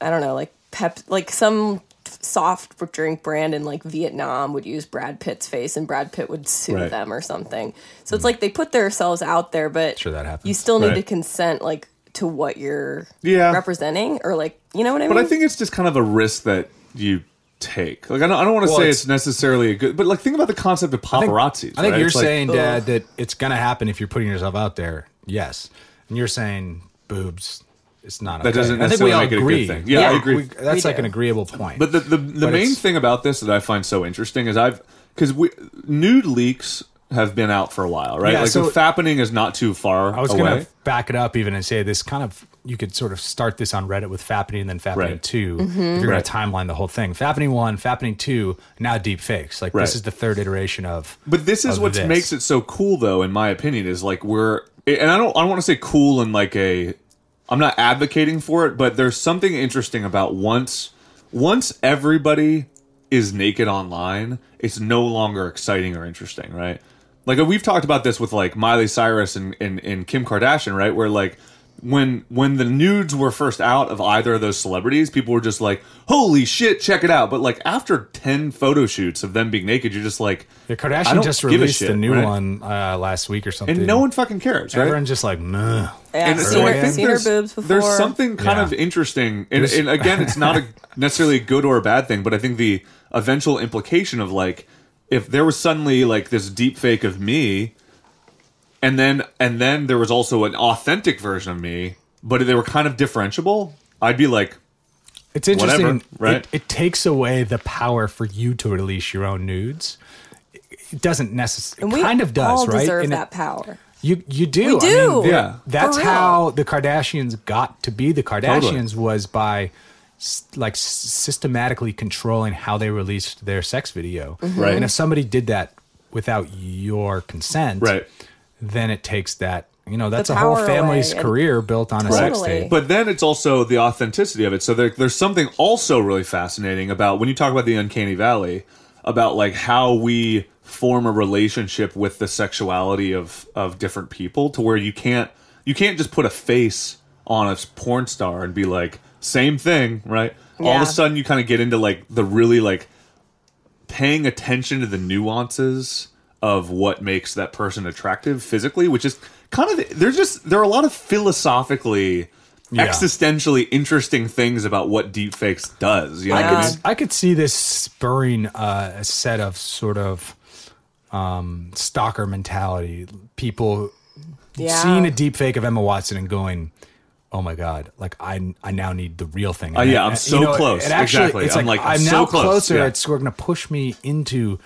I don't know, like pep, like some soft drink brand in like Vietnam would use Brad Pitt's face, and Brad Pitt would sue Right. Hmm. them or something. So it's like they put themselves out there, but Sure, that you happens. still need to Right. consent like to what you're Yeah. representing or like you know what I mean. But I think it's just kind of a risk that you take. Like I don't, I don't want to Well, say it's- it's, necessarily a good. But like think about the concept of I think- paparazzi. I think you're saying, Dad, that it's gonna happen if you're putting yourself out there. Yes, and you're saying boobs. It's not. That okay. doesn't I think we necessarily all make it a good agree. thing. Yeah, I agree. we- that's We like do. an agreeable point. But the the, the But main it's- thing about this that I find so interesting is I've because we nude leaks have been out for a while, right? Yeah, like so- the fappening is not too far I was away. going to back it up even and say this kind of you could sort of start this on Reddit with Fappening and then Fappening Right. Mm-hmm. 2 if you're Right. going to timeline the whole thing. Fappening one, Fappening two, now deep fakes. Like Right. this is the third iteration of. But this is of what this. makes it so cool, though, in my opinion, is like we're and I don't I don't want to say cool in like a I'm not advocating for it, but there's something interesting about once once everybody is naked online, it's no longer exciting or interesting, right? Like we've talked about this with like Miley Cyrus and and, and Kim Kardashian, right? Where like when when the nudes were first out of either of those celebrities, people were just like, "Holy shit, check it out!" But like after ten photo shoots of them being naked, you're just like, The I Kardashian don't just give a released a, shit, new right? one uh, last week or something. and no one fucking cares, right? Everyone's just like, meh. yeah, and I've so seen, I her, think seen her there's, boobs before. there's something kind Yeah. of interesting, and, There's- and again, it's not [laughs] a, necessarily a good or a bad thing, but I think the eventual implication of like if there was suddenly like this deep fake of me, and then and then there was also an authentic version of me, but they were kind of differentiable. I'd be like, It's interesting. Whatever, right? It, it takes away the power for you to release your own nudes. It- It doesn't and necessarily. we It kind of does, all right? deserve And it- that power. You you We do. I mean, do. they're- Yeah. That's For real. how the Kardashians got to be the Kardashians was by s- like s- systematically controlling how they released their sex video. Mm-hmm. Right. And if somebody did that without your consent, Right. then it takes that, you know, that's a whole power family's away and- career built on a sex Totally. tape. But then it's also the authenticity of it. So there, there's something also really fascinating about when you talk about the uncanny valley, about like how we form a relationship with the sexuality of of different people, to where you can't you can't just put a face on a porn star and be like same thing, right? All of Yeah. a sudden, you kind of get into like the really like paying attention to the nuances of what makes that person attractive physically, which is kind of there's just there are a lot of philosophically Yeah. existentially interesting things about what deepfakes does. You know what I Yeah. mean? I could see this spurring uh, a set of sort of um, stalker mentality people Yeah. seeing a deep fake of Emma Watson and going, "Oh my god! Like I, I now need the real thing." And Oh, yeah, I- I'm you so close. Exactly. It's I'm like, like, I'm I'm so now close. closer. Yeah. It's going to push me into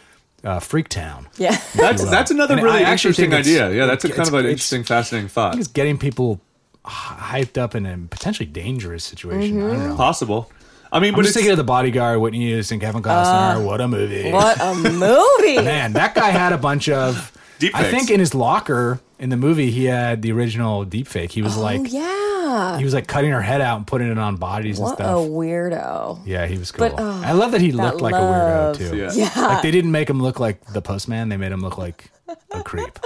uh, Freak Town. Yeah. [laughs] That's that's another And really I actually interesting think it's- idea. Yeah, that's a kind it's- of an it's- interesting, fascinating I thought. think it's getting people h- hyped up in a potentially dangerous situation. I Mm-hmm. don't know. Possible. I mean, I'm but just it's, thinking of the bodyguard, Whitney Houston, Kevin Costner. what a movie! Uh, What a movie! Man, that guy had a bunch of. Deep I fakes. think in his locker in the movie, he had the original deep fake. He was like, Oh, yeah. he was like cutting her head out and putting it on bodies and What a stuff. weirdo. yeah, he was cool. But, oh, I love that he that looked like love. a weirdo too. Yeah. Like they didn't make him look like the postman; they made him look like a [laughs] creep.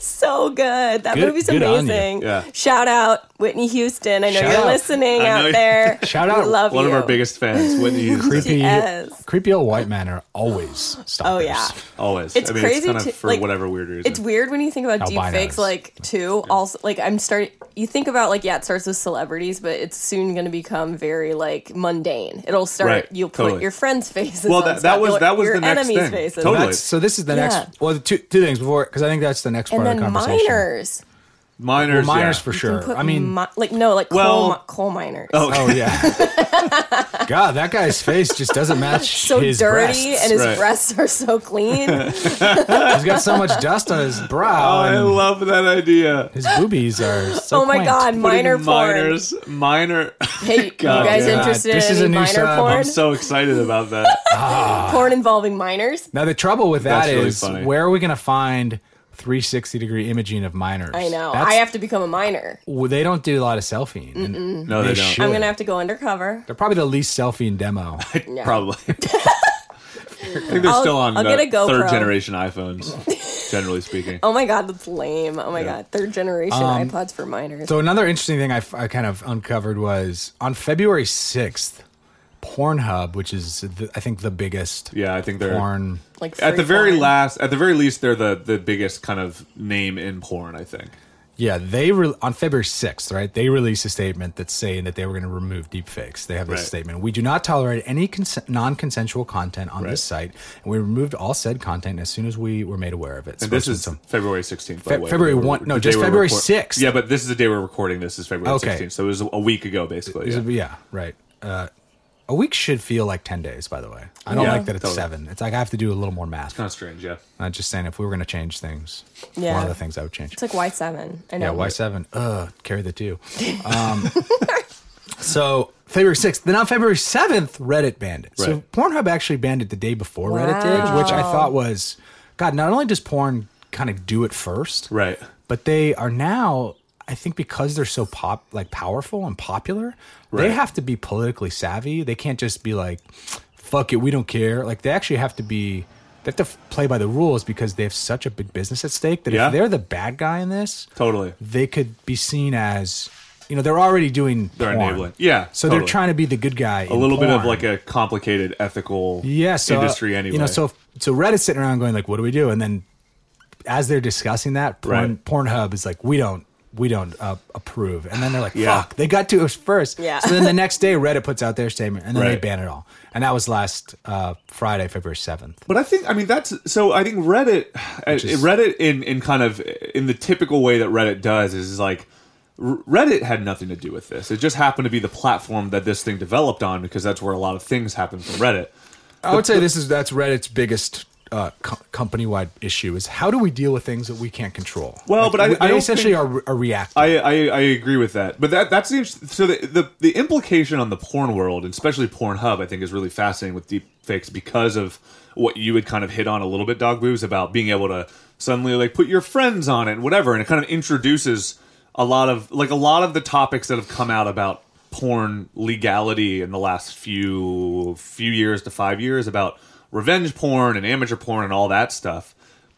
So good. That Good- movie's good on you. amazing. Yeah. Shout out Whitney Houston. I know Shout you're out. listening I know out you- there. [laughs] Shout We out love one you. of [laughs] our biggest fans, Whitney. Houston. Creepy Yes. Creepy old white men are always stalkers. Oh yeah. Always. It's I mean, it's crazy kind of to- for like, whatever weird reason. It's weird when you think about deep Albinos. fakes, like too. Also, like I'm starting. You think about like yeah, it starts with celebrities, but it's soon going to become very like mundane. It'll start. Right, You'll totally. put your friends' faces. Well, on that- that stuff, was- you'll- that was your the next enemies' thing. faces. Totally. That's, so this is the Yeah. next. Well, two two things before because I think that's the next And part of then the conversation. minors. miners. Well, miners yeah. for You can sure. put I mean, mi- like no, like Well- coal, mi- coal miners. oh [laughs] yeah. God, that guy's face just doesn't match [laughs] so his dirty, breasts. and his Right. breasts are so [laughs] clean. Oh He's got so much dust on his brow, Oh, I and love that idea. his boobies are so. oh my quaint. god, minor Putting porn. miners, minor. [laughs] Hey, God, you guys yeah. interested This in is any a new minor side. porn? I'm so excited about that. porn involving minors? Now the trouble with that That's really is, funny. where are we going to find 360 degree imaging of minors? I know. That's- I have to become a minor. well, they don't do a lot of selfieing. and No, they, they don't. should. I'm gonna have to go undercover. They're probably the least selfieing demo. [laughs] Yeah. Probably. [laughs] I think they're I'll- still on I'll uh, get a GoPro. third generation [laughs] iPhones, generally speaking. Oh my god, that's lame. Oh my god, third generation iPods for minors. Um, So another interesting thing I, f- I kind of uncovered was on February 6th, Pornhub, which is the, I think the biggest Yeah, I think they're porn. like at the free very porn. last, at the very least, they're the the biggest kind of name in porn. I think. Yeah, they re- on February 6th, right? They released a statement that's saying that they were going to remove deepfakes. They have this Right. statement. We do not tolerate any cons- non-consensual content on this site, and we removed all said content as soon as we were made aware of it. And this is Spokesman- February 16th, by Fe- the way. February The day one- we're- no, the just day we're February record- 6th. Yeah, but this is the day we're recording this. is February Okay. 16th. So it was a week ago, basically. Is yeah. it- yeah, right. Uh, a week should feel like 10 days, by the way. I don't Yeah, like that it's totally. seven. It's like I have to do a little more math. Kind of strange, yeah. I'm just saying, if we were going to change things, one Yeah. of the things I would change. It's like Y seven. I know. Yeah, why seven? Ugh, carry the two. Um, [laughs] so February sixth. Then on February seventh, Reddit banned it. So Right. Pornhub actually banned it the day before Reddit did, which I thought was God. Not only does porn kind of do it first, Right. but they are now. I think because they're so pop, like powerful and popular, they Right. have to be politically savvy. They can't just be like, "Fuck it, we don't care." Like they actually have to be. They have to f- play by the rules because they have such a big business at stake that Yeah. if they're the bad guy in this, Totally. they could be seen as you know they're already doing They're porn. enabling. Yeah, so they're totally. trying to be the good guy A little bit of like a complicated ethical yeah so, uh, industry, anyway. you know so so reddit's sitting around going like what do we do and then as they're discussing that porn, Right. pornhub is like we don't we don't uh, approve and then they're like Yeah. fuck they got to us first Yeah. so then the next day reddit puts out their statement and then they Right. ban it all and that was last uh, friday february 7th But I think I mean that's so. I think Reddit, [sighs] uh, is- Reddit in in kind of in the typical way that Reddit does is like R- Reddit had nothing to do with this. It just happened to be the platform that this thing developed on because that's where a lot of things happen from Reddit. I would say this is that's Reddit's biggest uh, co- company-wide issue is how do we deal with things that we can't control? Well, but I- we- I they don't essentially think- are, are reacting. I, I I agree with that. But that that's the interest- so the, the the implication on the porn world, and especially Pornhub, I think is really fascinating with deep fakes because of what you would kind of hit on a little bit, Dog Boos, about being able to suddenly like put your friends on it and whatever, and it kind of introduces a lot of like a lot of the topics that have come out about porn legality in the last few few years to five years about revenge porn and amateur porn and all that stuff.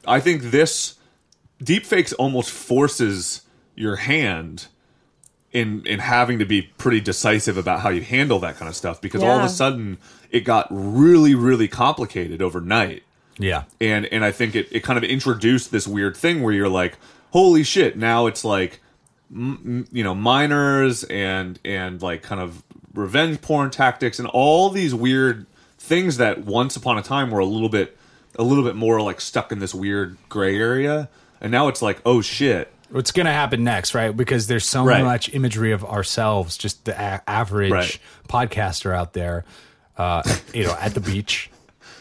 I think this deepfakes almost forces your hand in in having to be pretty decisive about how you handle that kind of stuff because all of Yeah. a sudden it got really really complicated overnight yeah, and and I think it, it kind of introduced this weird thing where you're like, holy shit! Now it's like, m- m- you know, minors and and like kind of revenge porn tactics and all these weird things that once upon a time were a little bit a little bit more like stuck in this weird gray area, and now it's like, oh shit, [laughs] what's going to happen next, right? Because there's so Right. much imagery of ourselves, just the a- average Right. podcaster out there, uh, you know, at [laughs] the beach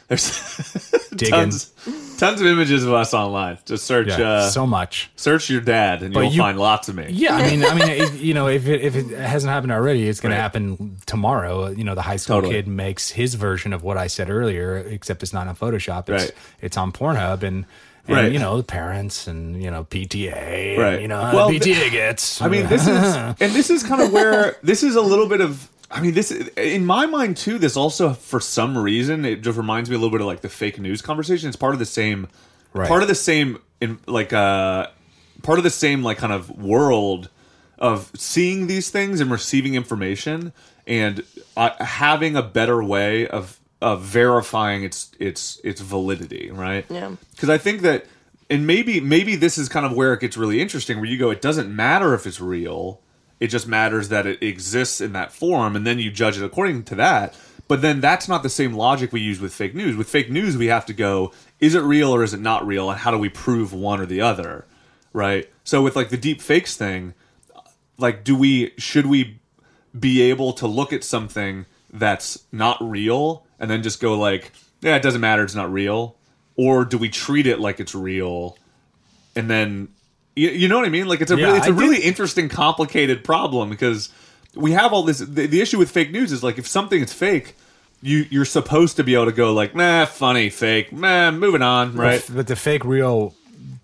there's digging. tons tons of images of us online. Just search Yeah, uh, so much. search your dad, and But you'll you- find lots of me. Yeah, I mean, I [laughs] mean, if, you know, if it, if it hasn't happened already, it's going Right. to happen tomorrow. You know, the high school Totally. kid makes his version of what I said earlier, except it's not on Photoshop. It's Right. it's on Pornhub and. And, Right. you know the parents and you know PTA and, Right. you know Well, well, PTA gets I mean, [laughs] this is and this is kind of where this is a little bit of. I mean, this in my mind too. This also, for some reason, it just reminds me a little bit of like the fake news conversation. It's part of the same, Right. part of the same, in like uh, part of the same like kind of world of seeing these things and receiving information and uh, having a better way of uh, verifying its its its validity, right? Yeah. Because I think that, and maybe maybe this is kind of where it gets really interesting, where you go, it doesn't matter if it's real, it just matters that it exists in that form, and then you judge it according to that. But then that's not the same logic we use with fake news. With fake news, we have to go, is it real or is it not real, and how do we prove one or the other, right? So with like the deep fakes thing, like do we should we be able to look at something that's not real and then just go like yeah it doesn't matter it's not real or do we treat it like it's real and then you, you know what i mean like it's a Yeah, really it's a I really interesting complicated problem because we have all this the, the issue with fake news is like if something is fake you you're supposed to be able to go like nah funny fake man moving on right But the fake real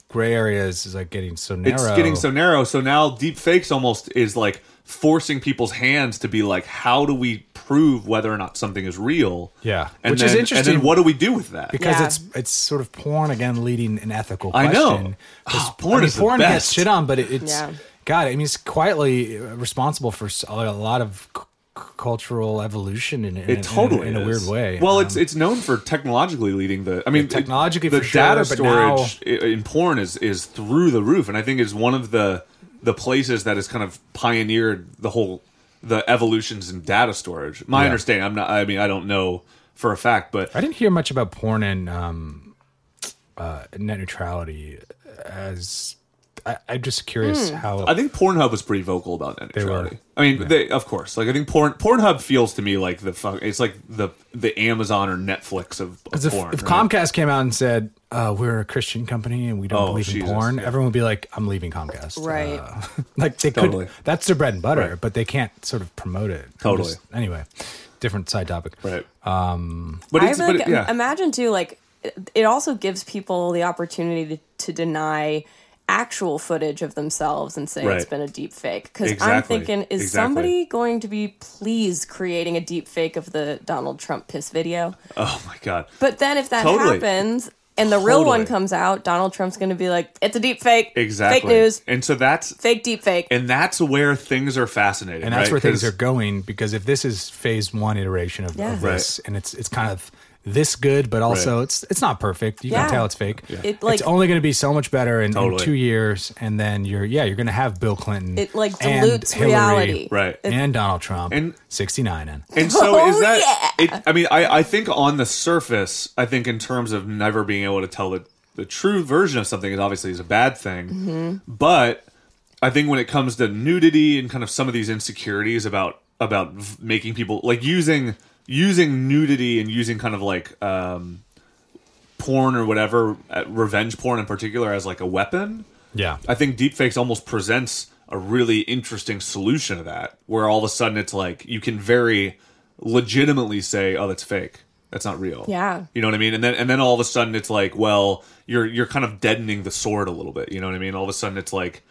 gray area is, is like getting so narrow. it's getting so narrow. So now deep fakes almost is like forcing people's hands to be like, how do we prove whether or not something is real? Yeah. And Which then, is interesting. And then what do we do with that? because Yeah. it's it's sort of porn again leading an ethical I question. know. 'Cause, Oh, porn is the porn best. gets shit on, but it, it's Yeah. God. I mean, it's quietly responsible for s- a lot of c- c- cultural evolution in, in, it in- totally in, a is. weird way. Well, Um, it's it's known for technologically leading the. I mean, Yeah, technologically it- the for sure, data but now- storage i- in porn is is through the roof, and I think is one of the the places that has kind of pioneered the whole the evolutions in data storage. My understanding, I'm not. I mean, I don't know for a fact, but I didn't hear much about porn and um, uh, net neutrality. As I, I'm just curious Hmm. how I think Pornhub was pretty vocal about net were. neutrality. I mean, they of course. Like I think Porn Pornhub feels to me like the fuck. It's like the the Amazon or Netflix of, of Because if, porn. if right? Comcast came out and said uh, we're a Christian company and we don't Oh, believe in Jesus, porn, yeah. everyone would be like, "I'm leaving Comcast." Right. Uh, [laughs] like they Totally. could. That's their bread and butter, Right. but they can't sort of promote it. I'm Totally. just- anyway, different side topic. right. Um, but I it's feel but like it- yeah. imagine too, like it- it also gives people the opportunity to, to deny actual footage of themselves and say it's Right. been a deep fake. Because I'm Exactly. thinking, is Exactly. somebody going to be please creating a deep fake of the Donald Trump piss video? oh my god. But then if that Totally. happens and the real Totally. one comes out, Donald Trump's going to be like, it's a deep fake. Exactly. Fake news. And so that's Fake deep fake. and that's where things are fascinating. And that's right? where things 'Cause- are going because if this is phase one iteration of, Yeah. of Right. this, and it's it's kind of this good, but also Right. it's it's not perfect. You Yeah. can tell it's fake. It, like- it's only going to be so much better in, in Totally. two years, and then you're yeah you're going to have Bill Clinton. It, like, and dilutes Hillary reality. [laughs] Right. and Donald Trump And- sixty nine and And so Oh, is that? It, I mean, I, I think on the surface, I think in terms of never being able to tell the, the true version of something is obviously is a bad thing. Mm-hmm. But I think when it comes to nudity and kind of some of these insecurities about about v- making people like using using nudity and using kind of like um, porn or whatever, uh, revenge porn in particular, as like a weapon. yeah I think deepfakes almost presents a really interesting solution to that, where all of a sudden it's like you can very legitimately say, "Oh, that's fake. That's not real." Yeah. you know what I mean. And then and then all of a sudden it's like, well, you're you're kind of deadening the sword a little bit. You know what I mean? All of a sudden it's like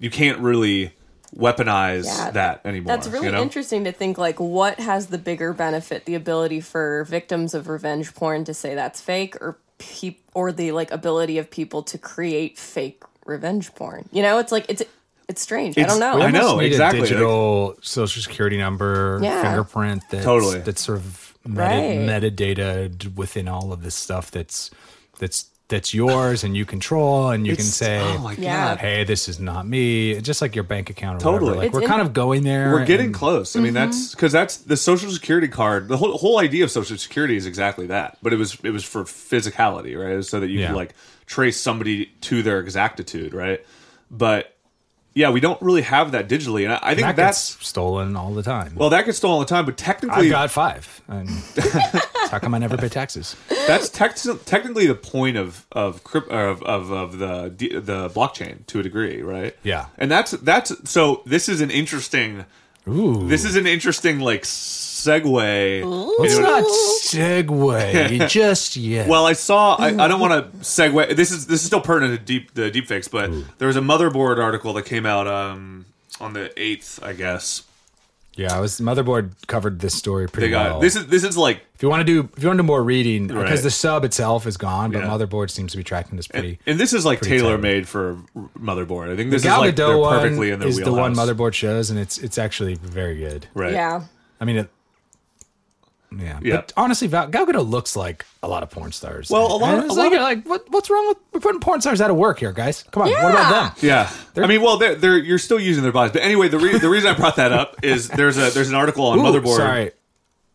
you can't really weaponize Yeah. that anymore. That's really you know? interesting to think like what has the bigger benefit, the ability for victims of revenge porn to say that's fake or peop- or the like ability of people to create fake revenge porn. You know, it's like it's it's strange. I It's- don't know. Oh, I know. Almost need exactly. A digital social security number, Yeah. fingerprint. That's, Totally. That's sort of Right. meta, metadata within all of this stuff. That's that's that's yours, and you control, and you can It's- say, oh my Yeah. god, "Hey, this is not me." Just like your bank account. Or Totally. Whatever. Like It's we're in- kind of going there. We're getting and- Mm-hmm. close. I mean, that's because that's the social security card. The whole, whole idea of social security is exactly that, but it was it was for physicality, right? It was so that you Yeah. could like trace somebody to their exactitude, right? But yeah, we don't really have that digitally, and I, I think That that's gets stolen all the time. well, that gets stolen all the time. But I've technically, got five. [laughs] And how come I never pay taxes? that's tec- technically the point of of crypt- of, of of the d- the blockchain to a degree, right? Yeah. and that's that's so. This is an interesting. Ooh. This is an interesting like segue. Let's into- [laughs] not segue just yet. Well, I saw. I, I don't want to segue. This is this is still pertinent to deep the deep fix, but there was a motherboard article that came out um, on the eighth, I guess. yeah, I was motherboard covered this story pretty They got well. this is this is like If you want to do, if you want to do more reading, because Right. the sub itself is gone, but Yeah. motherboard seems to be tracking this pretty. and this is like Pretty tailor made for motherboard. I think this Gal is like Gadot they're one perfectly in their is wheelhouse. the one motherboard shows, and it's it's actually very good. right? Yeah. I mean, it, Yeah. Yeah. But honestly, Val, Gal Gadot looks like a lot of porn stars. Well, a lot And of- it's a lot like, of- you're like what, what's wrong with we're putting porn stars out of work here, guys? Come on, what about them? Yeah, I mean, well, they're, they're you're still using their bodies, but anyway, the re- the reason I brought that up is there's a there's an article on Ooh, Motherboard. Sorry,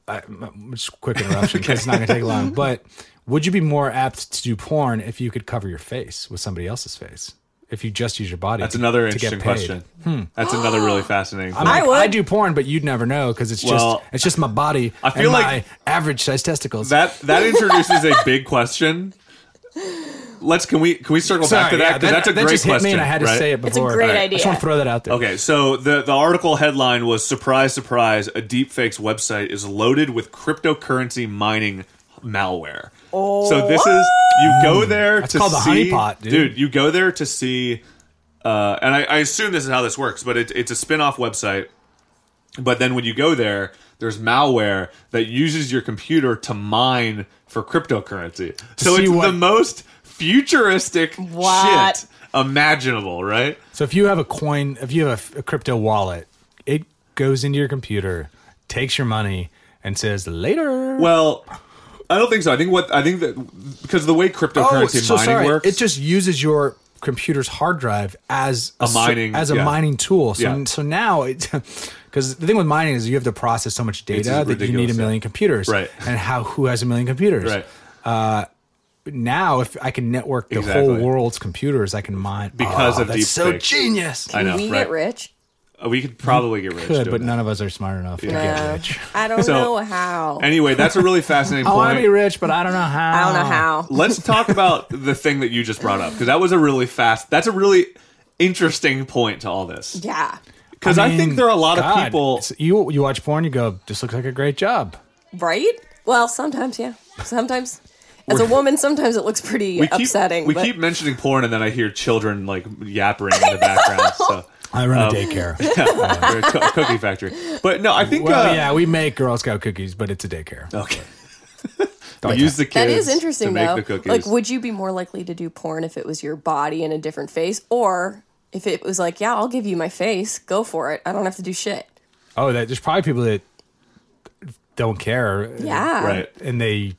I, m- just quick interruption. 'cause It's not going to [laughs] take long. But would you be more apt to do porn if you could cover your face with somebody else's face? If you just use your body, That's to- another to get interesting paid? Hmm. question. That's another really fascinating. I'm question. I like, would. I do porn, but you'd never know because it's Well, just it's just my body. I feel and like- my average sized testicles. that that introduces a big question. Let's can we can we circle back to yeah, that because that's a that great just question. hit me, and I had to right? say it It's a before. great I just want idea. to throw that out there. Okay, so the the article headline was surprise surprise a deepfakes website is loaded with cryptocurrency mining malware. Oh. So this is you go there Oh. That's to called the see honeypot, dude. you go there to see uh, and I, I assume this is how this works, but it, it's a spin-off website. But then when you go there, there's malware that uses your computer to mine for cryptocurrency. so see it's what- the most futuristic What? shit imaginable, right? So if you have a coin, if you have a, a crypto wallet, it goes into your computer, takes your money, and says later. Well, I don't think so. I think what I think that because the way Oh, cryptocurrency mining works, It just uses your computer's hard drive as a, s- mining- as a yeah. mining tool. So Yeah. so now [laughs] it's because the thing with mining is you have to process so much It's data that you need ridiculous, a yeah. million computers. Right. And how who has a million computers? right Now if I can network the Exactly. whole world's computers, I can mine Because Oh, of that's deep so fakes. genius. I know, we right? get rich? Uh, we could probably get rich, Good, doing but that. none of us are smart enough to get Uh, rich. I don't So- know how. Anyway, that's a really [laughs] fascinating Oh, I want to be point. rich, but I don't know how. I don't Ah. know how. Let's talk about the thing that you just brought up because that was a really fast. That's a really interesting point to all this Yeah. because I, think mean, there are a lot God, of people. it's- You you watch porn, you go, this looks like a great job. Right? Well, sometimes, yeah. Sometimes. As a woman, sometimes it looks pretty We keep, upsetting. we but keep mentioning porn, and then I hear children like yappering [laughs] in the background. So. I run a [laughs] daycare. Yeah, they're a co- cookie factory, but no, I think Well, uh, yeah, we make Girl Scout cookies, but it's a daycare. [laughs] Okay. We use the kids that is to interesting, make though. the cookies. Like, would you be more likely to do porn if it was your body in a different face? Or if it was like, yeah, I'll give you my face, go for it. I don't have to do shit. Oh, that, there's probably people that don't care. Yeah. right. And they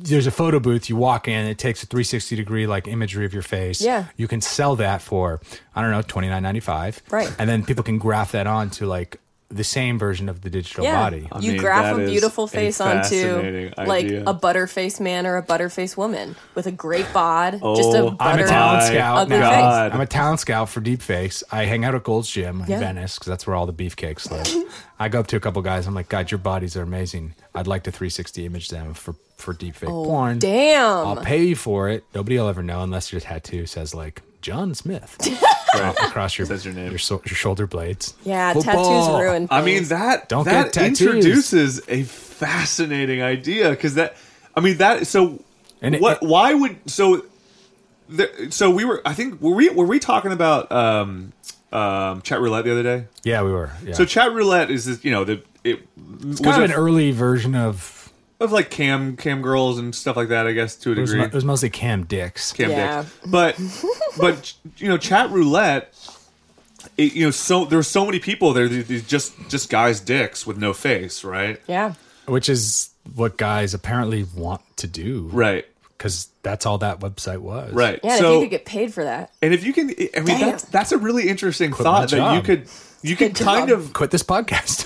there's a photo booth. You walk in, it takes a 360 degree like imagery of your face. Yeah. You can sell that for I don't know 29.95. Right. And then people can graph that onto like the same version of the digital Yeah. body. You mean, graph that a is beautiful a face onto fascinating like idea. a butterface man or a butterface woman with a great bod, just a Oh, I'm butter. a talent my scout ugly now. God. I'm a talent scout for deep fakes. I hang out at Gold's Gym in Yeah. Venice because that's where all the [laughs] beefcakes live. I go up to a couple guys. I'm like, God, your bodies are amazing. I'd like to 360 image them for for deep fake porn. Oh, Damn. I'll pay you for it. Nobody will ever know unless your tattoo says like John Smith [laughs] across your Says your name. your, so- your shoulder blades. yeah, Football. tattoos ruin. I mean things. that Don't that get tattoos. introduces a fascinating idea because that I mean that so And it- what it- why would so there, so we were I think were we were we talking about um um chat roulette the other day Yeah, we were. Yeah. so chat roulette is this, you know the it was it's kind of a- an early version of. of like cam cam girls and stuff like that I guess to a It was, degree mo- it was mostly Cam Dix. Cam Yeah. Dix. [laughs] But but you know, chat roulette. It, you know, so there were so many people there. These these just just guys' dicks with no face, right? Yeah. which is what guys apparently want to do, Right. Because that's all that website was, Right. Yeah, and so if you could get paid for that. and if you can, I mean, Damn. that's that's a really interesting my thought that you job. could you could Good kind job. [laughs] of Quit this podcast.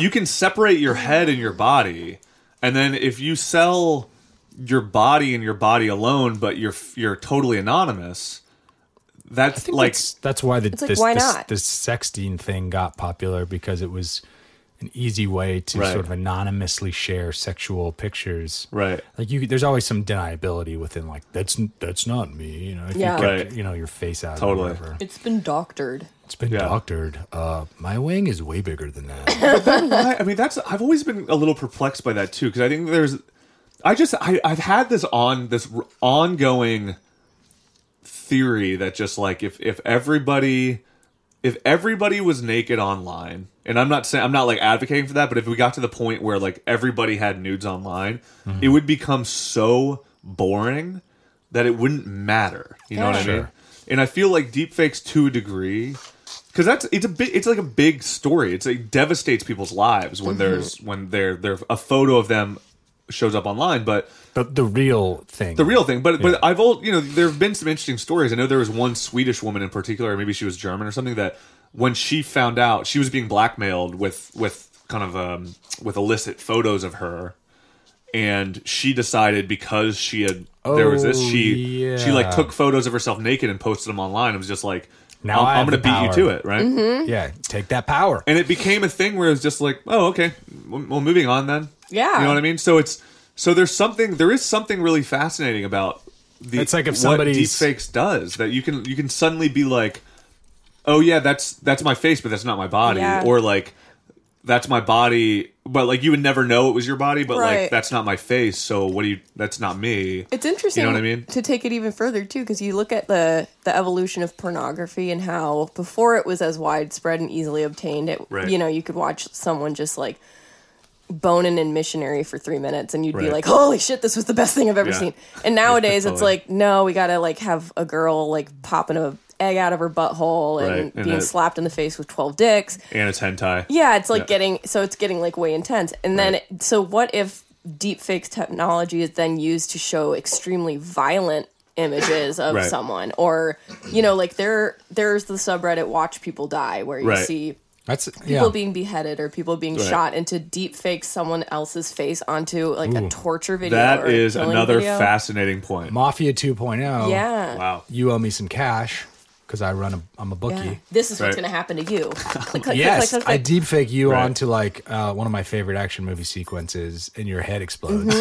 you can separate your head and your body, and then if you sell your body and your body alone, but you're you're totally anonymous. That's like that's, that's why the like, this, why this, not? this sexting thing got popular because it was an easy way to Right. sort of anonymously share sexual pictures, Right. Like you, there's always some deniability within, like that's that's not me, you know. If Yeah. you kept, Right. you know, your face out, Totally. Or whatever. It's been doctored. It's been Yeah. doctored. Uh, my wing is way bigger than that. [laughs] why I mean that's I've always been a little perplexed by that too because I think there's I just I, I've had this on this r- ongoing theory that just like if if everybody if everybody was naked online and I'm not saying I'm not like advocating for that but if we got to the point where like everybody had nudes online it would become so boring that it wouldn't matter you know what I mean Sure. and I feel like deepfakes to a degree because that's it's a big it's like a big story. It's it devastates people's lives when there's when they're there a photo of them shows up online, but The, the real thing. the real thing. But but I've old you know there have been some interesting stories. I know there was one Swedish woman in particular, or maybe she was German or something. That when she found out she was being blackmailed with with kind of um, with illicit photos of her, and she decided because she had there was this Oh, she she yeah. like took photos of herself naked and posted them online. It was just like Now I'm, I I'm have gonna the beat you power. to it, right? Mm-hmm. Yeah, take that power. and it became a thing where it was just like, oh, okay, well, moving on then. Yeah. you know what I mean. So it's so there's something there is something really fascinating about the It's like if what somebody's- deepfakes does that you can you can suddenly be like, oh yeah, that's that's my face, but that's not my body, Yeah. or like that's my body, but like you would never know it was your body, but like Right. that's not my face, so what do you? That's not me. It's interesting You know what I mean? to take it even further too, because you look at the the evolution of pornography and how before it was as widespread and easily obtained, it Right. you know you could watch someone just like boning in missionary for three minutes, and you'd be Right. like, "Holy shit, this was the best thing I've ever Yeah. seen." And nowadays, it's Totally. like, no, we gotta like have a girl like popping a egg out of her butthole and Right, and being that- slapped in the face with twelve dicks. And it's hentai. Yeah, it's like Yeah. getting so it's getting like way intense. And then so what if deepfakes technology is then used to show extremely violent images of Right. someone or you know like there there's the subreddit watch people die where you Right. see That's people yeah. being beheaded or people being Right. shot and to deepfake someone else's face onto like a torture video That or a is killing another video. fascinating point. Mafia oh. 2.0. yeah Wow. You owe me some cash because I run a I'm a bookie. yeah this is what's Oh, Right. going to happen to you [laughs] click, click, click, Yes, click, click, I click. deep fake you Right. onto like uh, one of my favorite action movie sequences, and your head explodes.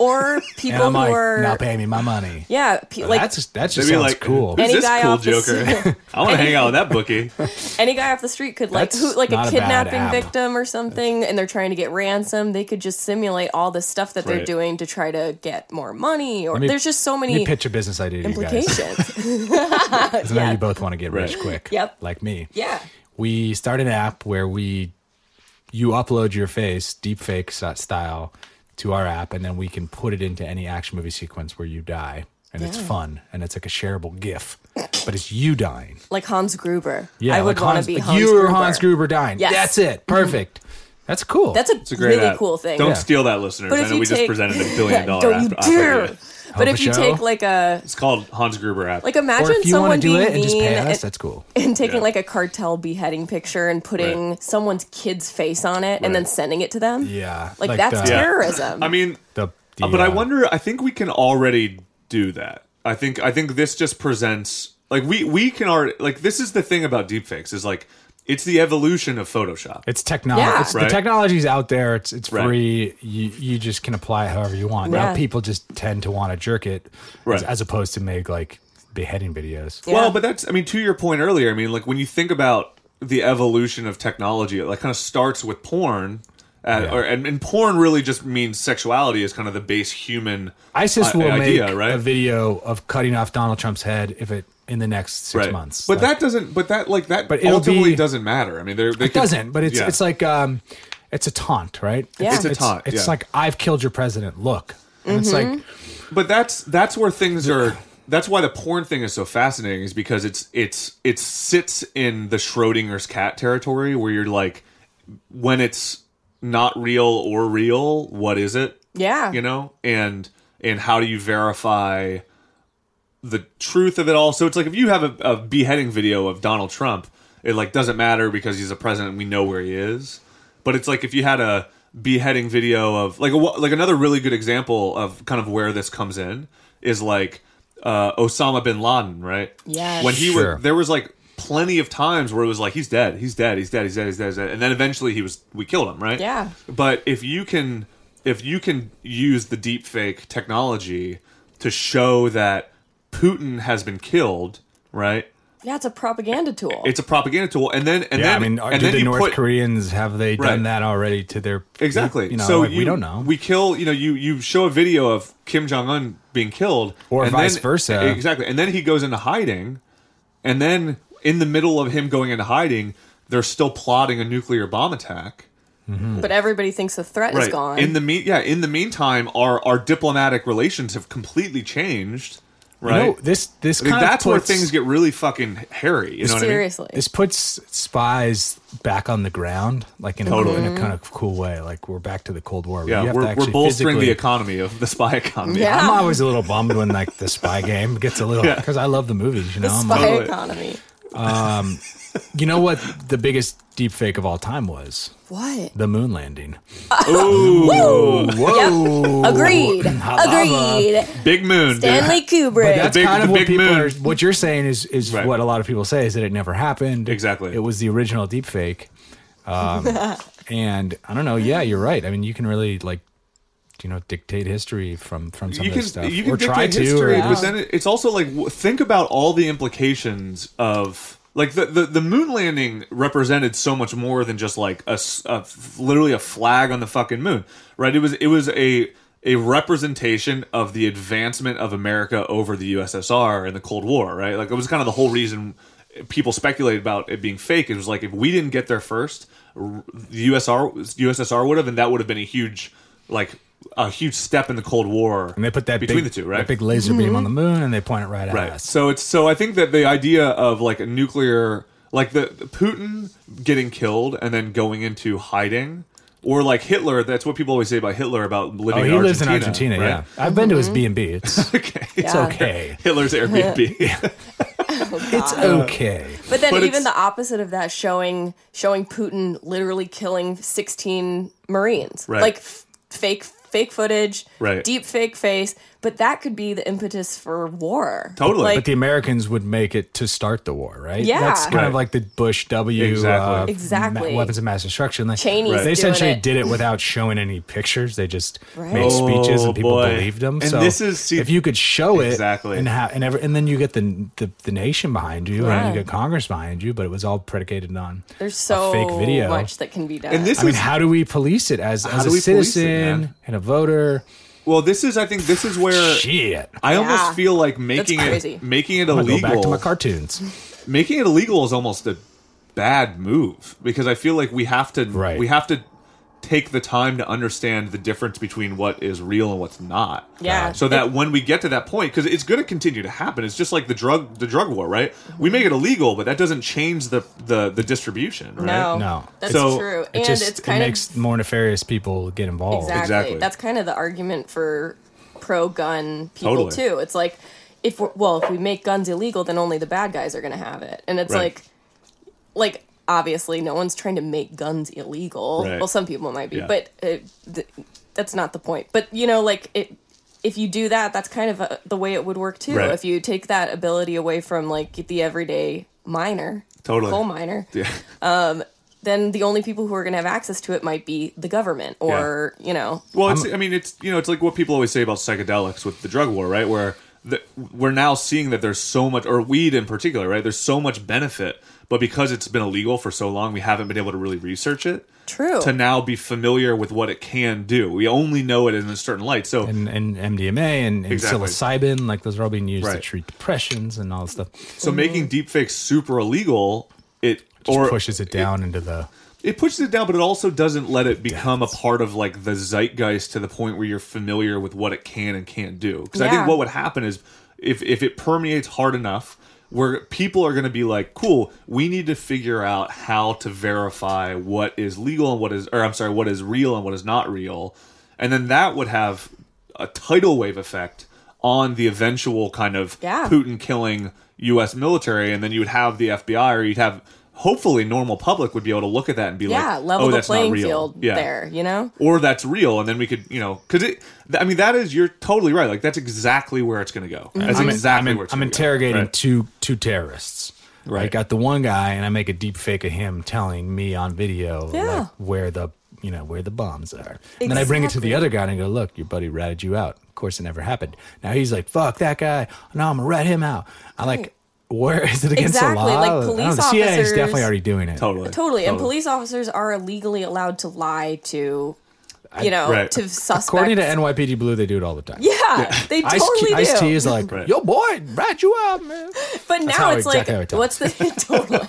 or And people I'm like, who are now pay me my money. Mm-hmm. yeah pe- like that's that They'd just be sounds like, cool. Who's Any this guy cool off the Joker? [laughs] I want to hang out with that [laughs] bookie. any guy off the street could like That's who like a not a bad kidnapping app. victim or something and they're trying to get ransom they could just simulate all the stuff that Right. they're doing to try to get more money or me- there's just so Let me many pitch a business idea to you guys. [laughs] implications Because now you both want to get rich quick. Yep. Like me. yeah we start an app where we you upload your face deepfake s- style to our app and then we can put it into any action movie sequence where you die and it's fun and it's like a shareable gif but it's you dying like hans gruber yeah i would like want Hans- to be like hans you gruber. or hans gruber dying Yes. Mm-hmm. that's it perfect that's cool that's a, It's a great really app. cool thing Don't Yeah. steal that, listeners. But I if know you we just take- presented a [laughs] billion dollar don't you app. dare but Hope if a you show. take like a It's called Hans Gruber app. like or imagine if you someone want to do being it and just mean pay us and- that's cool and taking Yeah. like a cartel beheading picture and putting Right. someone's kid's face on it and then sending it to them yeah like, that's the, terrorism I mean, the, the, but I uh, wonder. I think we can already do that. I think. I think this just presents like we we can already like this is the thing about deepfakes is like it's the evolution of Photoshop. It's technology. Yeah. It's, Right. The technology's out there. It's it's Right. free. You you just can apply it however you want. Now Yeah. people just tend to want to jerk it, as- Right. as, opposed to make like beheading videos. Well, Yeah. but that's I mean to your point earlier. I mean, like when you think about the evolution of technology, it like kind of starts with porn. Uh, or, and, and porn really just means sexuality is kind of the base human ISIS i- will idea, make right? a video of cutting off Donald Trump's head if it in the next six months. But Like, that doesn't. But that like that But it'll ultimately be- doesn't matter. I mean, they're, they it doesn't. But it's yeah. it's like um, it's a taunt, right? Yeah. It's a taunt, It's yeah. like I've killed your president. Look, and it's like Mm-hmm. But that's that's where things are. That's why the porn thing is so fascinating, is because it's it's it sits in the Schrodinger's cat territory where you're like, when it's not real or real, what is it? yeah You know, and and how do you verify the truth of it all? So it's like if you have a, a beheading video of Donald Trump, it like doesn't matter because he's a president. We know where he is. But it's like if you had a beheading video of like a, like another really good example of kind of where this comes in is like uh, Osama bin Laden, right? Yes. When he Sure. was there was like plenty of times where it was like he's dead, he's dead, he's dead, he's dead, he's dead, he's dead, and then eventually he was we killed him, right? Yeah. But if you can if you can use the deep fake technology to show that Putin has been killed, right? Yeah, it's a propaganda tool. It's a propaganda tool, and then and yeah. then I mean, and are, then do the you North put- Koreans have they Right. done that already to their exactly. You know, so like, you- we don't know. We kill, you know, you you show a video of Kim Jong Un being killed, Or and vice then- versa. exactly. And then he goes into hiding, and then in the middle of him going into hiding, they're still plotting a nuclear bomb attack. but everybody thinks the threat is gone. In the mean, yeah. In the meantime, our our diplomatic relations have completely changed right? No, this this I think kind that's of where puts, things get really fucking hairy. You know what I mean? Seriously. This puts spies back on the ground, like in, a, in a kind of cool way. Like we're back to the Cold War. where you Yeah, have to we're, we're actually bolstering physically- the economy of the spy economy. Yeah. I'm always a little bummed when like the spy game gets a little because I love the movies. You know, the I'm spy like, Totally. economy. you know what the biggest deep fake of all time was What? the moon landing. Whoa. Yep. [laughs] Agreed. Agreed. Big moon. dude. Stanley That's Kubrick. big- kind of the what big people moon. are. What you're saying is is Right. what a lot of people say is that it never happened. Exactly. It was the original deep fake. Um, and I don't know. Yeah, you're right. I mean, you can really like, you know, dictate history from from some you of can this stuff, you can or dictate try to. history, or but then it, it's also like w- think about all the implications of like the, the the moon landing represented so much more than just like a, s- a f- literally a flag on the fucking moon, right? It was it was a a representation of the advancement of America over the USSR in the Cold War, right? Like it was kind of the whole reason people speculated about it being fake. It was like if we didn't get there first, r- the USSR USSR would have, and that would have been a huge like a huge step in the Cold War. and they put that between big, the two, right? That big laser beam on the moon, and they point it right, at right. us. Uh, So it's so I think that the idea of like a nuclear, like the Putin getting killed and then going into hiding, or like Hitler. That's what people always say about Hitler about living. oh, he in lives in Argentina. right? Yeah, I've been to his B and B. It's [laughs] it's Yeah. okay. Hitler's [laughs] Airbnb. It's okay. But then But even it's- the opposite of that showing showing Putin literally killing 16 Marines. Right. Like f- fake fake footage, Right. deep fake face, but that could be the impetus for war. Totally. Like, But the Americans would make it to start the war, right? Yeah. that's kind of Right. like the Bush W uh, Exactly. Exactly. ma- weapons of mass destruction. Like, Cheney's They doing essentially it. did it [laughs] without showing any pictures. They just Right. made speeches Oh, and people boy. believed them. And so this is- see- if you could show it Exactly. and ha- and, ever, and then you get the, the the nation behind you and Right. you get Congress behind you, but it was all predicated on there's so a fake video. much that can be done. and this I mean, is how do we police it as, as do a we police it, citizen man? and a voter? well. This is I think this is where Shit. I almost Yeah. feel like making crazy. it making it I'm gonna go back to my illegal. cartoons. making it illegal is almost a bad move because I feel like we have to Right. we have to take the time to understand the difference between what is real and what's not. Yeah. So that when we get to that point cuz it's going to continue to happen. It's just like the drug the drug war, right? We make it illegal, but that doesn't change the the the distribution, right? no, No. that's So, true. It And just it's it kind of makes more nefarious people get involved. Exactly. Exactly. That's kind of the argument for pro gun people Totally. too. It's like if we're, well, if we make guns illegal, then only the bad guys are going to have it. And it's Right. like like obviously no one's trying to make guns illegal. Right. Well, some people might be, Yeah. but uh, th- that's not the point. But you know like it if you do that, that's kind of uh the way it would work too. Right. If you take that ability away from like the everyday miner, Totally. coal miner, um, Yeah. then the only people who are going to have access to it might be the government or, you know, Well, it's, I mean, it's you know, it's like what people always say about psychedelics with the drug war, right? Where the, we're now seeing that there's so much, or weed in particular, right? There's so much benefit, but because it's been illegal for so long, we haven't been able to really research it True. to now be familiar with what it can do. We only know it in a certain light. So and, and MDMA and, and Exactly. psilocybin, like those are all being used to Right. treat depressions and all this stuff. so making deepfakes super illegal, it Just or pushes it down into the it pushes it down, but it also doesn't let it become a part of like the zeitgeist to the point where you're familiar with what it can and can't do. Because I Yeah. think what would happen is if if it permeates hard enough, where people are going to be like, "Cool, we need to figure out how to verify what is legal and what is, or I'm sorry, what is real and what is not real," and then that would have a tidal wave effect on the eventual kind of Yeah. Putin killing U.S. military, and then you would have the FBI, or you'd have hopefully normal public would be able to look at that and be yeah, like, level oh, the that's not playing real. field yeah. there, you know? Or that's real, and then we could, you know, because it. th- I mean, that is you're totally right. Like that's exactly where it's going to Mm-hmm. go. That's I'm, exactly I'm, where it's I'm gonna go. interrogating Right. two two terrorists. Right. I Right. got the one guy and I make a deep fake of him telling me on video Yeah. like, where the you know where the bombs are. And then I bring it to the Exactly. other guy and I go, "Look, your buddy ratted you out." Of course it never happened. Now he's like, "Fuck that guy. Now I'm going to rat him out." I like where is it against Exactly, the law? like I don't know, police the CIA is definitely officers- already doing it. totally, Totally. And police officers are legally allowed to lie to, you know, right. to suspects. According to NYPD Blue, they do do it all the time. [laughs] yeah, they Ice, totally do. Ice T is like, Right. yo, boy, rat you out, man. but That's now how it's exactly how like, it talks. what's the [laughs] totally?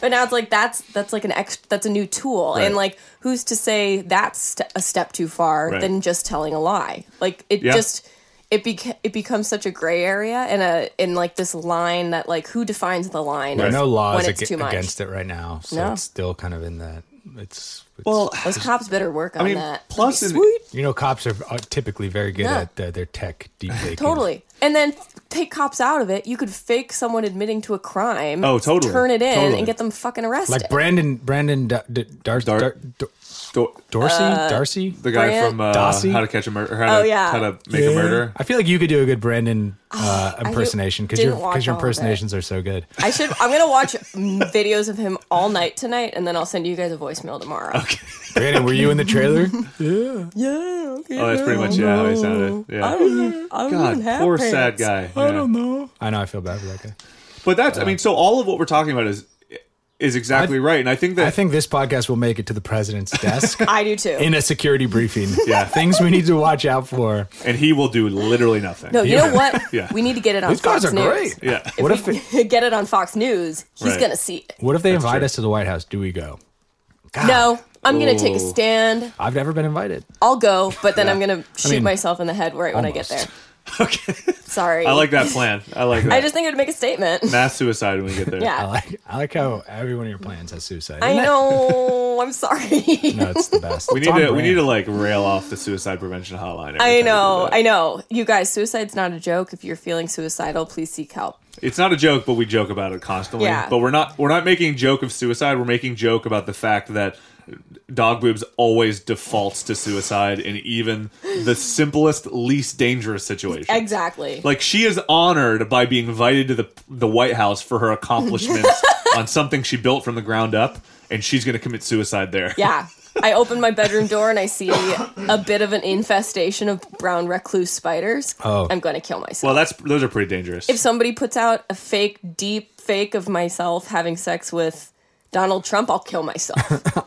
But now it's like that's that's like an ex that's a new tool, and like who's to say that's st- a step too far Right. than just telling a lie? Like it Yeah. just it beca- it becomes such a gray area and a in like this line that like who defines the line? There are is no laws when it's ag- too much. against it right now, so No. it's still kind of in that. It's, it's Well, [laughs] Those cops better work on I mean, that. plus That'd in- be sweet. you know, cops are, are typically very good No. at uh, their tech [laughs] deep faking. Totally. And then take cops out of it. You could fake someone admitting to a crime. Oh, totally. Turn it in Totally. and get them fucking arrested. Like Brandon, Brandon D- D- Dar- Dar- Dar- Dar- Do- Dorsey, Uh, Darcy. the guy Brand- from uh, Dossie? How to Catch a Murder, how, Oh, to- yeah. how to Make a Yeah. Murder. I feel like you could do a good Brandon uh, do- impersonation because Ah, didn't your watch because your all of it. impersonations are so good. I should. I'm gonna watch mm, videos of him all night tonight, and then I'll send you guys a voicemail tomorrow. Brandon, were you in [laughs] the trailer? Yeah. Okay. Oh, that's pretty much yeah, how he sounded. Yeah. don't, I God, poor sad guy. I don't know. I know I feel bad for that guy. But that's I mean, so all of what we're talking about is is exactly right, and I think that I think this podcast will make it to the president's desk I do too. in a security briefing. Yeah. things we need to watch out for. and he will do literally nothing. [laughs] no, you know what? Yeah. We need to get it on These Fox guys are News. great. [laughs] Yeah. [laughs] What if it- If we get it on Fox News, he's Right. gonna see it. what if they invite true. us to the White House? Do we go? God, No, I'm gonna take a Ooh. stand. I've never been invited. I'll go, but then I'm gonna shoot mean, myself in the head right when I get there. almost. Okay. Sorry. I like that plan. I like that. I just think it would make a statement. mass suicide when we get there. yeah. I like I like how every one of your plans has suicide. I Isn't that- [laughs] know. I'm sorry. No, it's the best. We It's need on to we need brand. to like rail off the suicide prevention hotline. every time we I do know. that. I know. You guys, suicide's not a joke. If you're feeling suicidal, please seek help. It's not a joke, but we joke about it constantly. Yeah. But we're not we're not making joke of suicide. We're making joke about the fact that dog boobs always defaults to suicide in even the simplest, least dangerous situation. Exactly. Like she is honored by being invited to the the White House for her [laughs] accomplishments on something she built from the ground up, and she's going to commit suicide there. yeah. I open my bedroom door and I see a bit of an infestation of brown recluse spiders. Oh. I'm going to kill [laughs] myself. Well, that's those are pretty dangerous. if somebody puts out a fake, deep fake of myself having sex with Donald Trump, I'll [laughs] kill myself.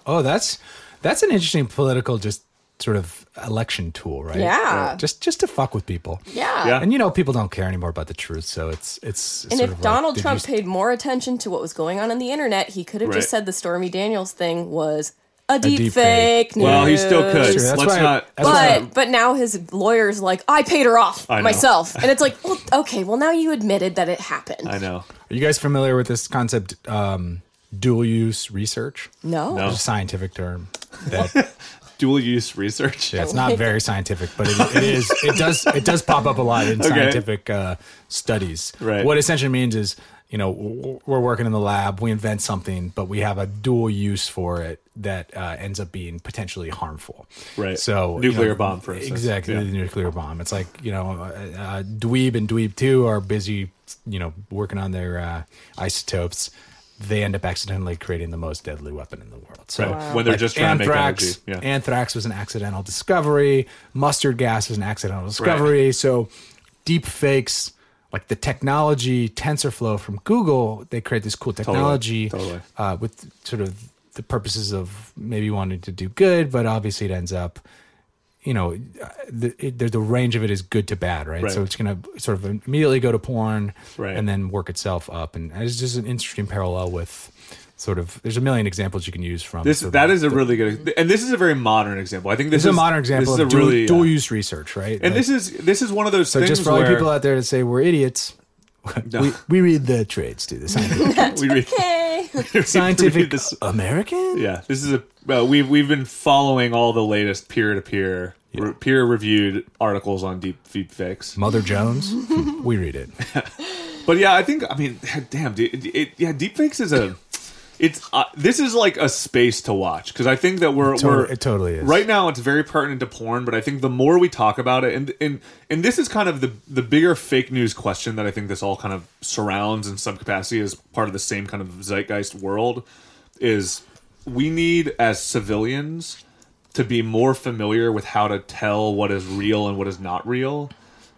Oh, that's that's an interesting political just sort of election tool, right? Yeah. Right. Just just to fuck with people. Yeah. Yeah. And you know, people don't care anymore about the truth, so it's it's. And if Donald Trump paid paid more attention to what was going on on the internet, he could have Right. just said the Stormy Daniels thing was a deep, deep fake. fake. News. well, he still could. True, Let's that's why- not. that's why- But but now his lawyer's like, I paid her off know. myself, and it's like, well, okay, well now you admitted that it happened. I know. are you guys familiar with this concept, um, dual use research? No, No. It's a scientific term that Dual use research. it's not very scientific, but it, it is. It does it does pop up a lot in scientific uh, studies. Right. What essentially means is, you know, w- w- we're working in the lab, we invent something, but we have a dual use for it that uh, ends up being potentially harmful. Right. So Nuclear bomb, for instance. Exactly. Yeah. The nuclear bomb. It's like you know, uh, uh, Dweeb and Dweeb Two are busy, you know, working on their uh, isotopes. They end up accidentally creating the most deadly weapon in the world. So Right. When they're just trying to make anthrax, energy. Yeah. Anthrax was an accidental discovery. Mustard gas was an accidental discovery. So deep fakes, like the technology TensorFlow from Google, they create this cool technology Totally. Uh, with sort of the purposes of maybe wanting to do good, but obviously it ends up, you know, uh, the, it, the the range of it is good to bad, right? Right. So it's going to sort of immediately go to porn Right. and then work itself up. And it's just an interesting parallel with sort of, there's a million examples you can use from This sort of that is a the- really good, and this is a very modern example. I think this, this is a modern example This is of a dual, really dual yeah. use research, right? And Like, this is this is one of those so things just for all you where people out there that say we're idiots, [laughs] we, we read the trades to the scientific, we read, [laughs] okay, [laughs] we scientific read this, American. yeah, this is a well, we've we've been following all the latest peer to peer peer reviewed articles on deep deep fakes. Mother Jones, [laughs] we read it. But yeah, I think I mean, [laughs] damn, dude, it, it, yeah, deepfakes is a it's uh, this is like a space to watch because I think that we're It totally- we're it totally is. right now. It's very pertinent to porn, but I think the more we talk about it, and and and this is kind of the the bigger fake news question that I think this all kind of surrounds in some capacity as part of the same kind of zeitgeist world is we need as civilians to be more familiar with how to tell what is real and what is not real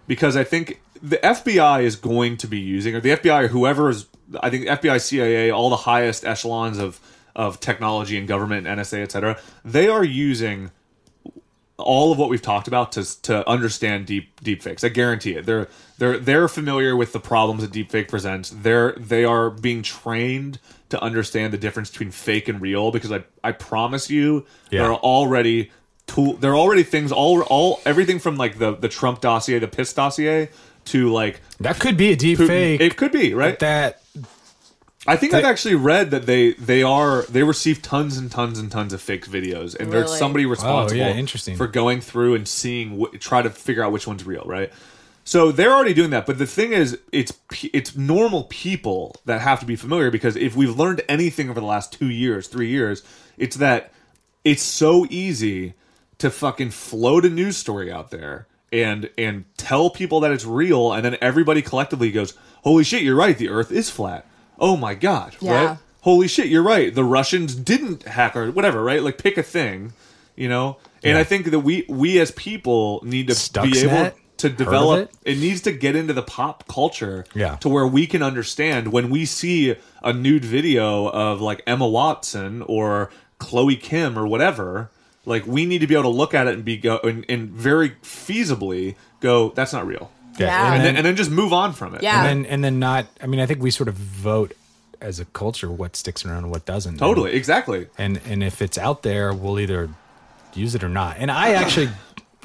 because I think the FBI is going to be using, or the FBI or whoever is, I think FBI, CIA, all the highest echelons of of technology and government, NSA, etc. They are using all of what we've talked about to to understand deep deep fakes. I guarantee it. They're they're they're familiar with the problems that deep fake presents. They're they are being trained to understand the difference between fake and real because I I promise you Yeah. there are already tool. There are already things all all everything from like the the Trump dossier, the piss dossier, to like That could be a deep Putin. fake. It could be right. that I think I've actually read that they they are they receive tons and tons and tons of fake videos, and there's Really? somebody responsible. Oh, yeah, interesting. for going through and seeing wh- try to figure out which one's real, right? So they're already doing that, but the thing is, it's pe- it's normal people that have to be familiar because if we've learned anything over the last two years, three years, it's that it's so easy to fucking float a news story out there and and tell people that it's real and then everybody collectively goes holy shit you're right the earth is flat oh my god Yeah. right holy shit you're right the russians didn't hack or whatever right like pick a thing you know and i think that we we as people need to be Stuxnet? able to Heard of develop it? it needs to get into the pop culture Yeah. to where we can understand when we see a nude video of like Emma Watson or Chloe Kim or whatever like we need to be able to look at it and be go and, and very feasibly go that's not real Yeah. and then, and then just move on from it Yeah. and then and then not i mean i think we sort of vote as a culture what sticks around and what doesn't totally exactly and and if it's out there we'll either use it or not and i actually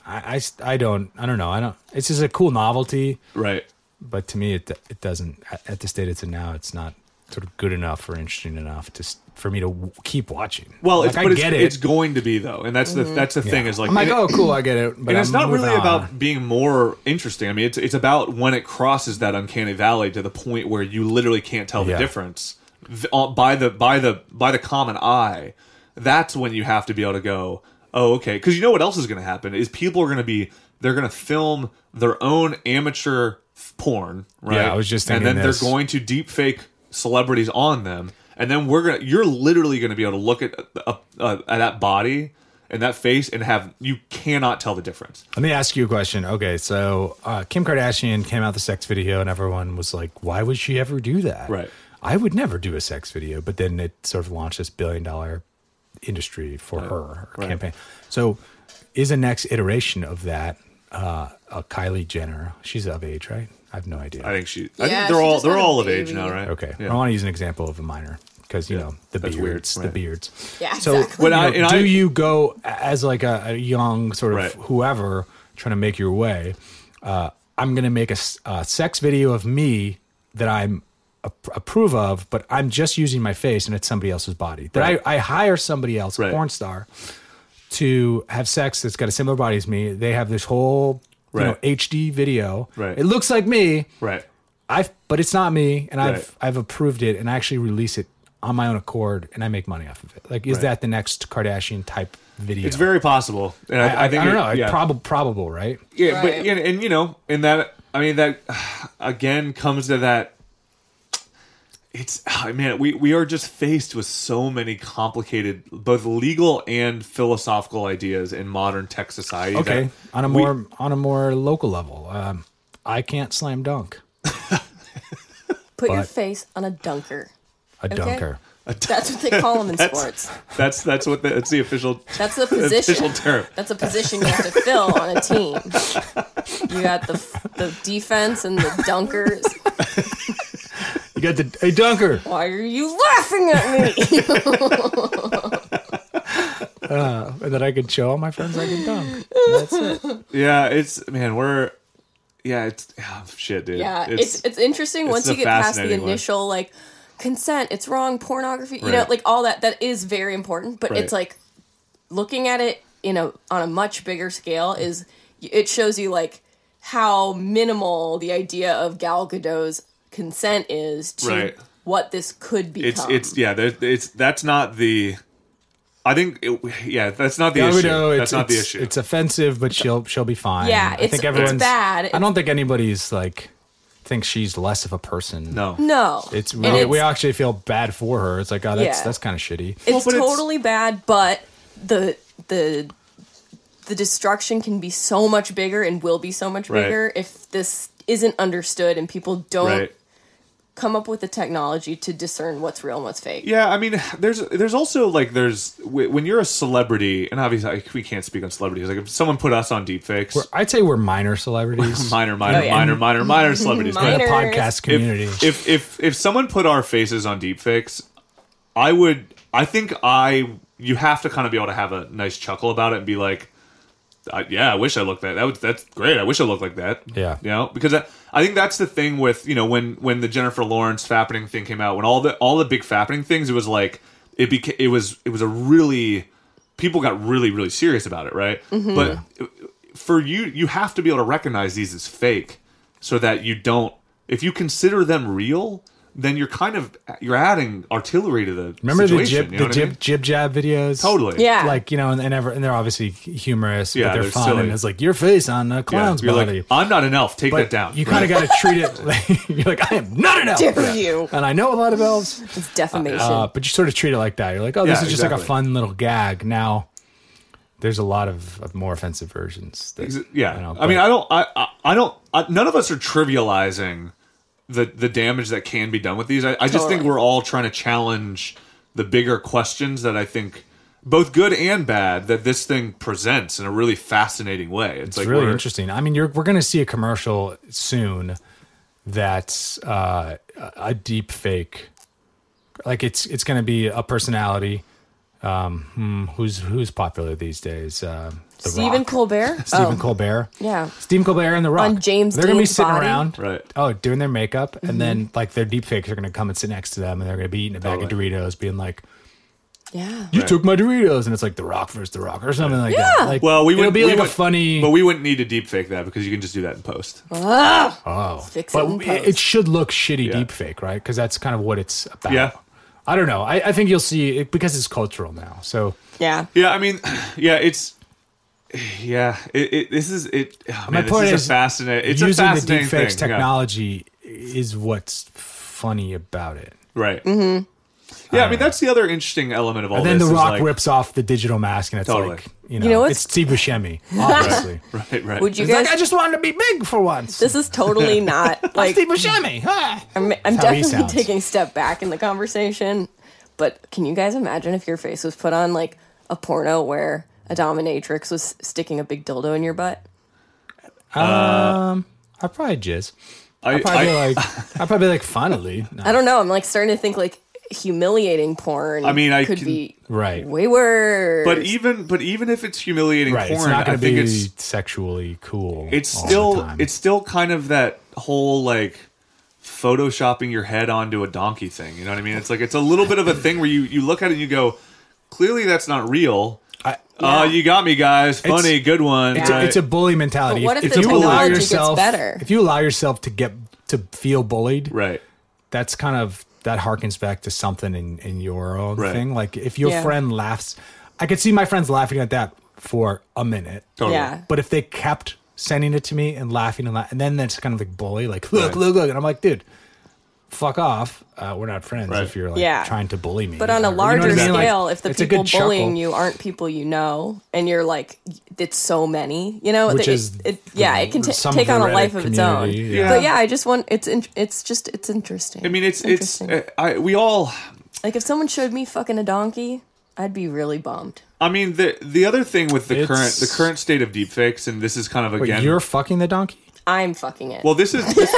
I, I s- I don't i don't know i don't it's just a cool novelty right but to me it it doesn't at- at the state it's in now it's not sort of good enough or interesting enough to s- for me to w- keep watching well like, it's, i but get it's, it it's going to be though and that's the that's the thing is like i'm like and it- oh cool i get it but and it's I'm not really moving on. about being more interesting. I mean, it's it's about when it crosses that uncanny valley to the point where you literally can't tell the Yeah. difference Th- uh, by the by the by the common eye. That's when you have to be able to go, oh, okay, because you know what else is going to happen is people are going to be they're going to film their own amateur f- porn, right? Yeah, I was just and thinking then this. they're going to deep fake celebrities on them, and then we're gonna you're literally gonna be able to look at uh, uh, at that body. And that face, and have you cannot tell the difference. Let me ask you a question. Okay, so uh, Kim Kardashian came out the sex video, and everyone was like, "Why would she ever do that?" Right. I would never do a sex video, but then it sort of launched this billion-dollar industry for Oh, her, her campaign. So, is a next iteration of that uh, a Kylie Jenner? She's of age, right? I have no idea. I think she. I Yeah, think she they're all just they're had a all of baby. age now, right? okay, Yeah. I want to use an example of a minor because you know the that's beards, weird, the right. beards. Yeah, So exactly. When you I- know, and do I- you go as like a, a young sort of Right. whoever trying to make your way? Uh, I'm going to make a, s- a sex video of me that I'm ap- approve of, but I'm just using my face and it's somebody else's body. That I, I hire somebody else, a Right. porn star, to have sex that's got a similar body as me. They have this whole you know Right. HD video. Right. It looks like me. Right. I've but it's not me, and Right. I've I've approved it, and I actually release it on my own accord, and I make money off of it. Like, is that the next Kardashian type video? It's very possible, and I, I, I, think I don't it- know. Yeah, Probable, probable, right? yeah but Right. and, and you know, and that I mean that [sighs] again comes to that. It's oh, man, we we are just faced with so many complicated, both legal and philosophical ideas in modern tech society. that Okay, on a we- more on a more local level, um, I can't slam dunk Put your but- face on a dunker. a dunker. That's what they call them in sports. [laughs] that's that's what the, that's the official That's the [laughs] position. official term. That's a position you have to fill on a team. You got the the defense and the dunkers. You got the a dunker. Why are you laughing at me? and then I could show all my friends I can dunk. That's it. Yeah, it's man, we're yeah, it's oh, shit, dude. Yeah, it's it's, interesting once a you get past the fascinating one. initial like consent, it's wrong, pornography, you know, Right. like all that. That is very important, but it's Right. like looking at it in a on a much bigger scale is it shows you like how minimal the idea of Gal Gadot's consent is to Right. what this could become. it's it's yeah there, it's that's not the i think it, yeah that's not the Yeah, we issue know that's it's, not the it's- issue It's offensive, but she'll she'll be fine. Yeah, I it's- think it's everyone's bad. I don't think anybody's like thinks she's less of a person. no no, It's And we, we actually feel bad for her. It's like, oh, that's Yeah. that's kind of shitty. it's but it's- totally bad, but the the the destruction can be so much bigger and will be so much Right. bigger if this isn't understood and people don't right come up with the technology to discern what's real and what's fake. yeah i mean there's there's also like there's wh- when you're a celebrity and obviously like, we can't speak on celebrities like if someone put us on deepfakes I'd say we're minor [laughs] celebrities. minor minor yeah. minor minor minor celebrities in but the Minors. podcast community. if, if if if someone put our faces on deepfakes i would i think i you have to kind of be able to have a nice chuckle about it and be like I, yeah, I wish I looked that. That would that's great. I wish I looked like that. Yeah. you know, because I, I think that's the thing with you know when when the Jennifer Lawrence fappening thing came out, when all the all the big fappening things, it was like it became it was it was a really people got really really serious about it, right? But for you, you have to be able to recognize these as fake, so that you don't. If you consider them real, then you're kind of you're adding artillery to the Remember the situation, jib, you know the what I jib, mean? jib jab videos? Totally. Yeah. Like you know, and, and, ever, and they're obviously humorous, Yeah, but they're, they're fun. silly. And it's like your face on a Yeah, clown's you're body. like, I'm not an elf. Take but that down. you kind of got to treat it. [laughs] Like, you're like, I am not an elf, Dare you. and I know a lot [laughs] of elves. [laughs] It's defamation. Uh, but you sort of treat it like that. You're like, oh, this Yeah, is just like a exactly. fun little gag. Now, there's a lot of, of more offensive versions. That, Ex- yeah. you know, I mean, but- I don't. I. I, I don't. I, none of us are trivializing the the damage that can be done with these. I, I just think Totally. we're all trying to challenge the bigger questions that I think, both good and bad, that this thing presents in a really fascinating way. It's, like it's really we're- interesting. I mean, you're we're going to see a commercial soon that's uh, a- a deep fake. Like it's it's going to be a personality um, hmm, who's who's popular these days. Uh, the Stephen Rock. Colbert. Stephen Oh, Colbert. Yeah. Stephen Colbert and The Rock. On James They're gonna be Dean's sitting body? Mm-hmm. around. Right. Oh, doing their makeup. And then, like, their deep fakes are going to come and sit next to them and they're going to be eating a bag Totally. of Doritos, being like, Yeah. You took my Doritos. And it's like The Rock versus The Rock or something like that. Like, Well, we it'll would be we like would- a funny. but we wouldn't need to deep fake that because you can just do that in post. oh. fix it but in it, post. it should look shitty Yeah. deep fake, right? Because that's kind of what it's about. Yeah. I don't know. I, I think you'll see it because it's cultural now. So Yeah. Yeah, I mean, [sighs] yeah, it's yeah. It, it this is it. Oh, man, my point this is, is a fascinating. It's a using the fascinating deep fakes thing. Yeah. technology is what's funny about it. Right. Mm-hmm. Yeah, I mean that's the other interesting element of all And then this. The is, Rock like- rips off the digital mask, and it's Totally. like you know, know what's- it's Steve Buscemi, [laughs] obviously. [laughs] Right, right. Would you It's guys? like I just wanted to be big for [laughs] once. this is totally not like Steve Buscemi. [laughs] huh? I'm, I'm how he definitely sounds. taking a step back in the conversation. But can you guys imagine if your face was put on like a porno where a dominatrix was sticking a big dildo in your butt? Um, I probably jizz. I probably I, like. I probably [laughs] like. Finally, No. I don't know. I'm like starting to think like humiliating porn. I mean, I could can- be right. way worse. but e- even but even if it's humiliating Right. It's porn, not I going to think be it's sexually cool. it's all the still time. it's still kind of that whole like photoshopping your head onto a donkey thing. You know what I mean? It's like it's a little bit of a thing where you you look at it and you go, clearly that's not real. I- Uh, you got me, guys. Funny, good one. It's, right? a, it's a bully mentality. But what if the technology gets better? if you allow yourself to get to feel bullied, right. that's kind of that harkens back to something in in your own Right. thing. Like if your Yeah. friend laughs, I could see my friends laughing at that for a minute. Totally. yeah, But if they kept sending it to me and laughing and laughing, and then that's kind of like bully, like look, look, look, and I'm like, dude, fuck off. Uh, we're not friends Right. if you're like Yeah. trying to bully me. But on Or- a you know what I larger mean? Like, scale, if the it's a good people bullying chuckle. you aren't people you know, and you're like, it's so many, you know, Which it, is it, yeah, it can t- some take on a Reddit life of its own. community, yeah. But yeah, I just want it's in, it's just it's interesting. I mean, it's it's Interesting. uh, I we all like if someone showed me fucking a donkey, I'd be really bummed. I mean the the other thing with the current It's- the current state of deepfakes, and this is kind of Wait, again you're fucking the donkey. I'm fucking it, well this is this,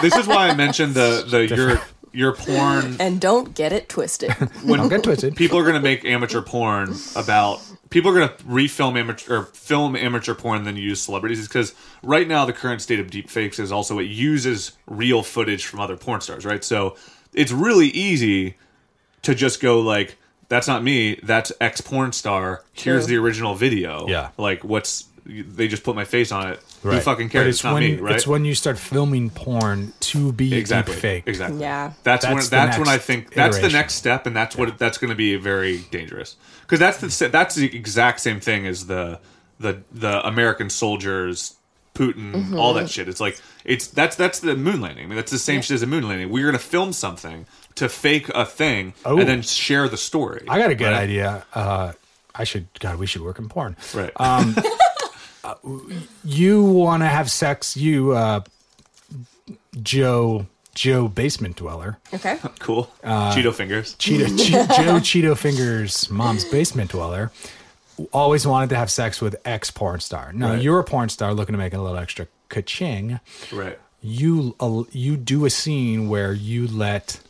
this is why I mentioned the [laughs] the your your porn and don't get it [laughs] twisted. Don't get twisted. people are gonna make amateur porn about people are gonna refilm amateur or film amateur porn than use celebrities because right now the current state of deepfakes is also it uses real footage from other porn stars right so it's really easy to just go like that's not me that's ex porn star here's True. the original video Yeah. like what's they just put my face on it who Right. fucking cares But it's, not when, me right It's when you start filming porn to be exactly fake. exactly Yeah. that's, That's when the that's when i next think that's the iteration. next step and that's what that's going to be very dangerous because that's the sa- that's the exact same thing as the the the american soldiers putin all that shit it's like it's that's that's the moon landing i mean that's the same shit as a moon landing we're going to film something to fake a thing Oh. and then share the story I got a good Right? idea. Uh, I should. God, we should work in porn. right Um, You want to have sex? You, uh, Joe, Joe, basement dweller, okay, [laughs] cool uh, cheeto fingers [laughs] Cheeto, che- Joe, Cheeto fingers, mom's basement dweller. Always wanted to have sex with ex porn star. No, Right. you're a porn star looking to make a little extra ka-ching. right you al- you do a scene where you let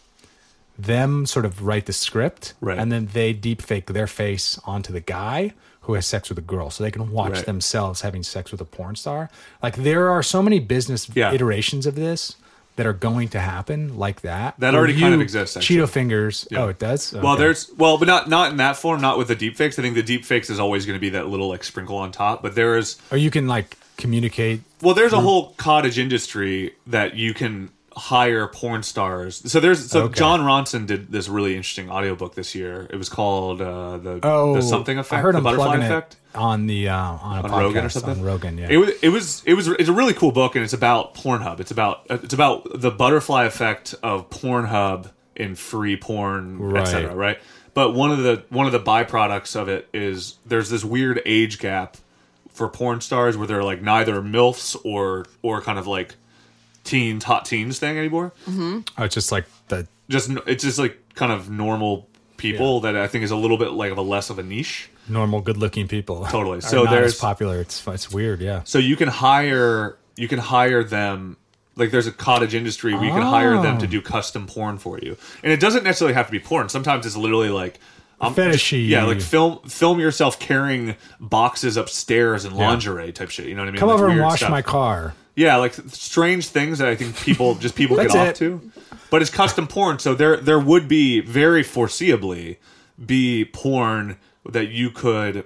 them sort of write the script Right. and then they deep fake their face onto the guy who who has sex with a girl so they can watch Right. themselves having sex with a porn star. Like there are so many business Yeah. iterations of this that are going to happen like that. That where already kind of you- exists, actually. Cheeto fingers. Oh, it does. Well, Okay. there's well, but not not in that form, not with the deep fakes. I think the deep fakes is always going to be that little like sprinkle on top. But there is or you can like communicate. well, there's Mm-hmm. a whole cottage industry that you can hire porn stars. So there's so Okay. John Ronson did this really interesting audiobook this year. It was called uh, the, Oh, the something effect, I heard the him butterfly plugging effect. it on the uh, on a on podcast, Rogan or something. On Rogan, yeah. It was it was it was it's a really cool book, and it's about Pornhub. It's about it's about the butterfly effect of Pornhub and free porn, Right. etc. Right. But one of the one of the byproducts of it is there's this weird age gap for porn stars where they're like neither milfs or or kind of like teens hot teens thing anymore. oh, it's just like the Just n- it's just like kind of normal people that I think is a little bit like of a less of a niche. normal, good-looking people. Totally. [laughs] are So not there's- as popular. It's it's weird, yeah. so you can hire you can hire them like there's a cottage industry where you can hire Oh. them to do custom porn for you and it doesn't necessarily have to be porn sometimes it's literally like um, Fetishy. yeah like film film yourself carrying boxes upstairs in lingerie type shit you know what i mean Come Like over and weird wash stuff. my car. yeah like strange things that i think people just people get That's off it. to but it's custom porn so there there would be very foreseeably be porn that you could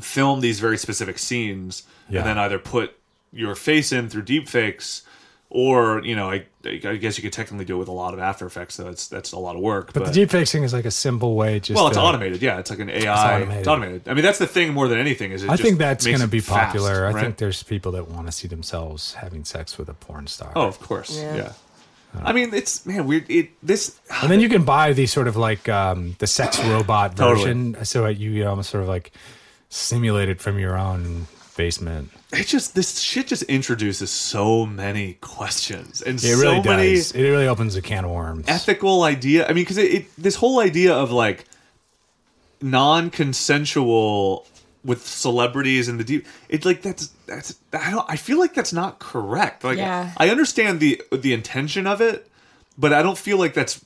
film these very specific scenes Yeah. and then either put your face in through deep fakes or you know I, I guess you could technically do it with a lot of after effects so that's that's a lot of work But, the deep thing is like a simple way. Just well it's to- automated yeah it's like an ai it's automated, automated. i mean that's the thing more than anything is it I just think that's makes going to it be fast, popular. I right? think there's people that want to see themselves having sex with a porn star. oh of course yeah, Yeah. i mean it's man weird it this And then you can buy the sort of like um, [sighs] the sex robot Totally. version, so that you get almost sort of like simulated from your own basement. it just this shit just introduces so many questions and It so really many does. It really opens a can of worms. ethical idea. I mean, because it, it this whole idea of like non-consensual with celebrities and the deep. It's like that's that's I don't. I feel like that's not correct. Like Yeah. I understand the the intention of it, but I don't feel like that's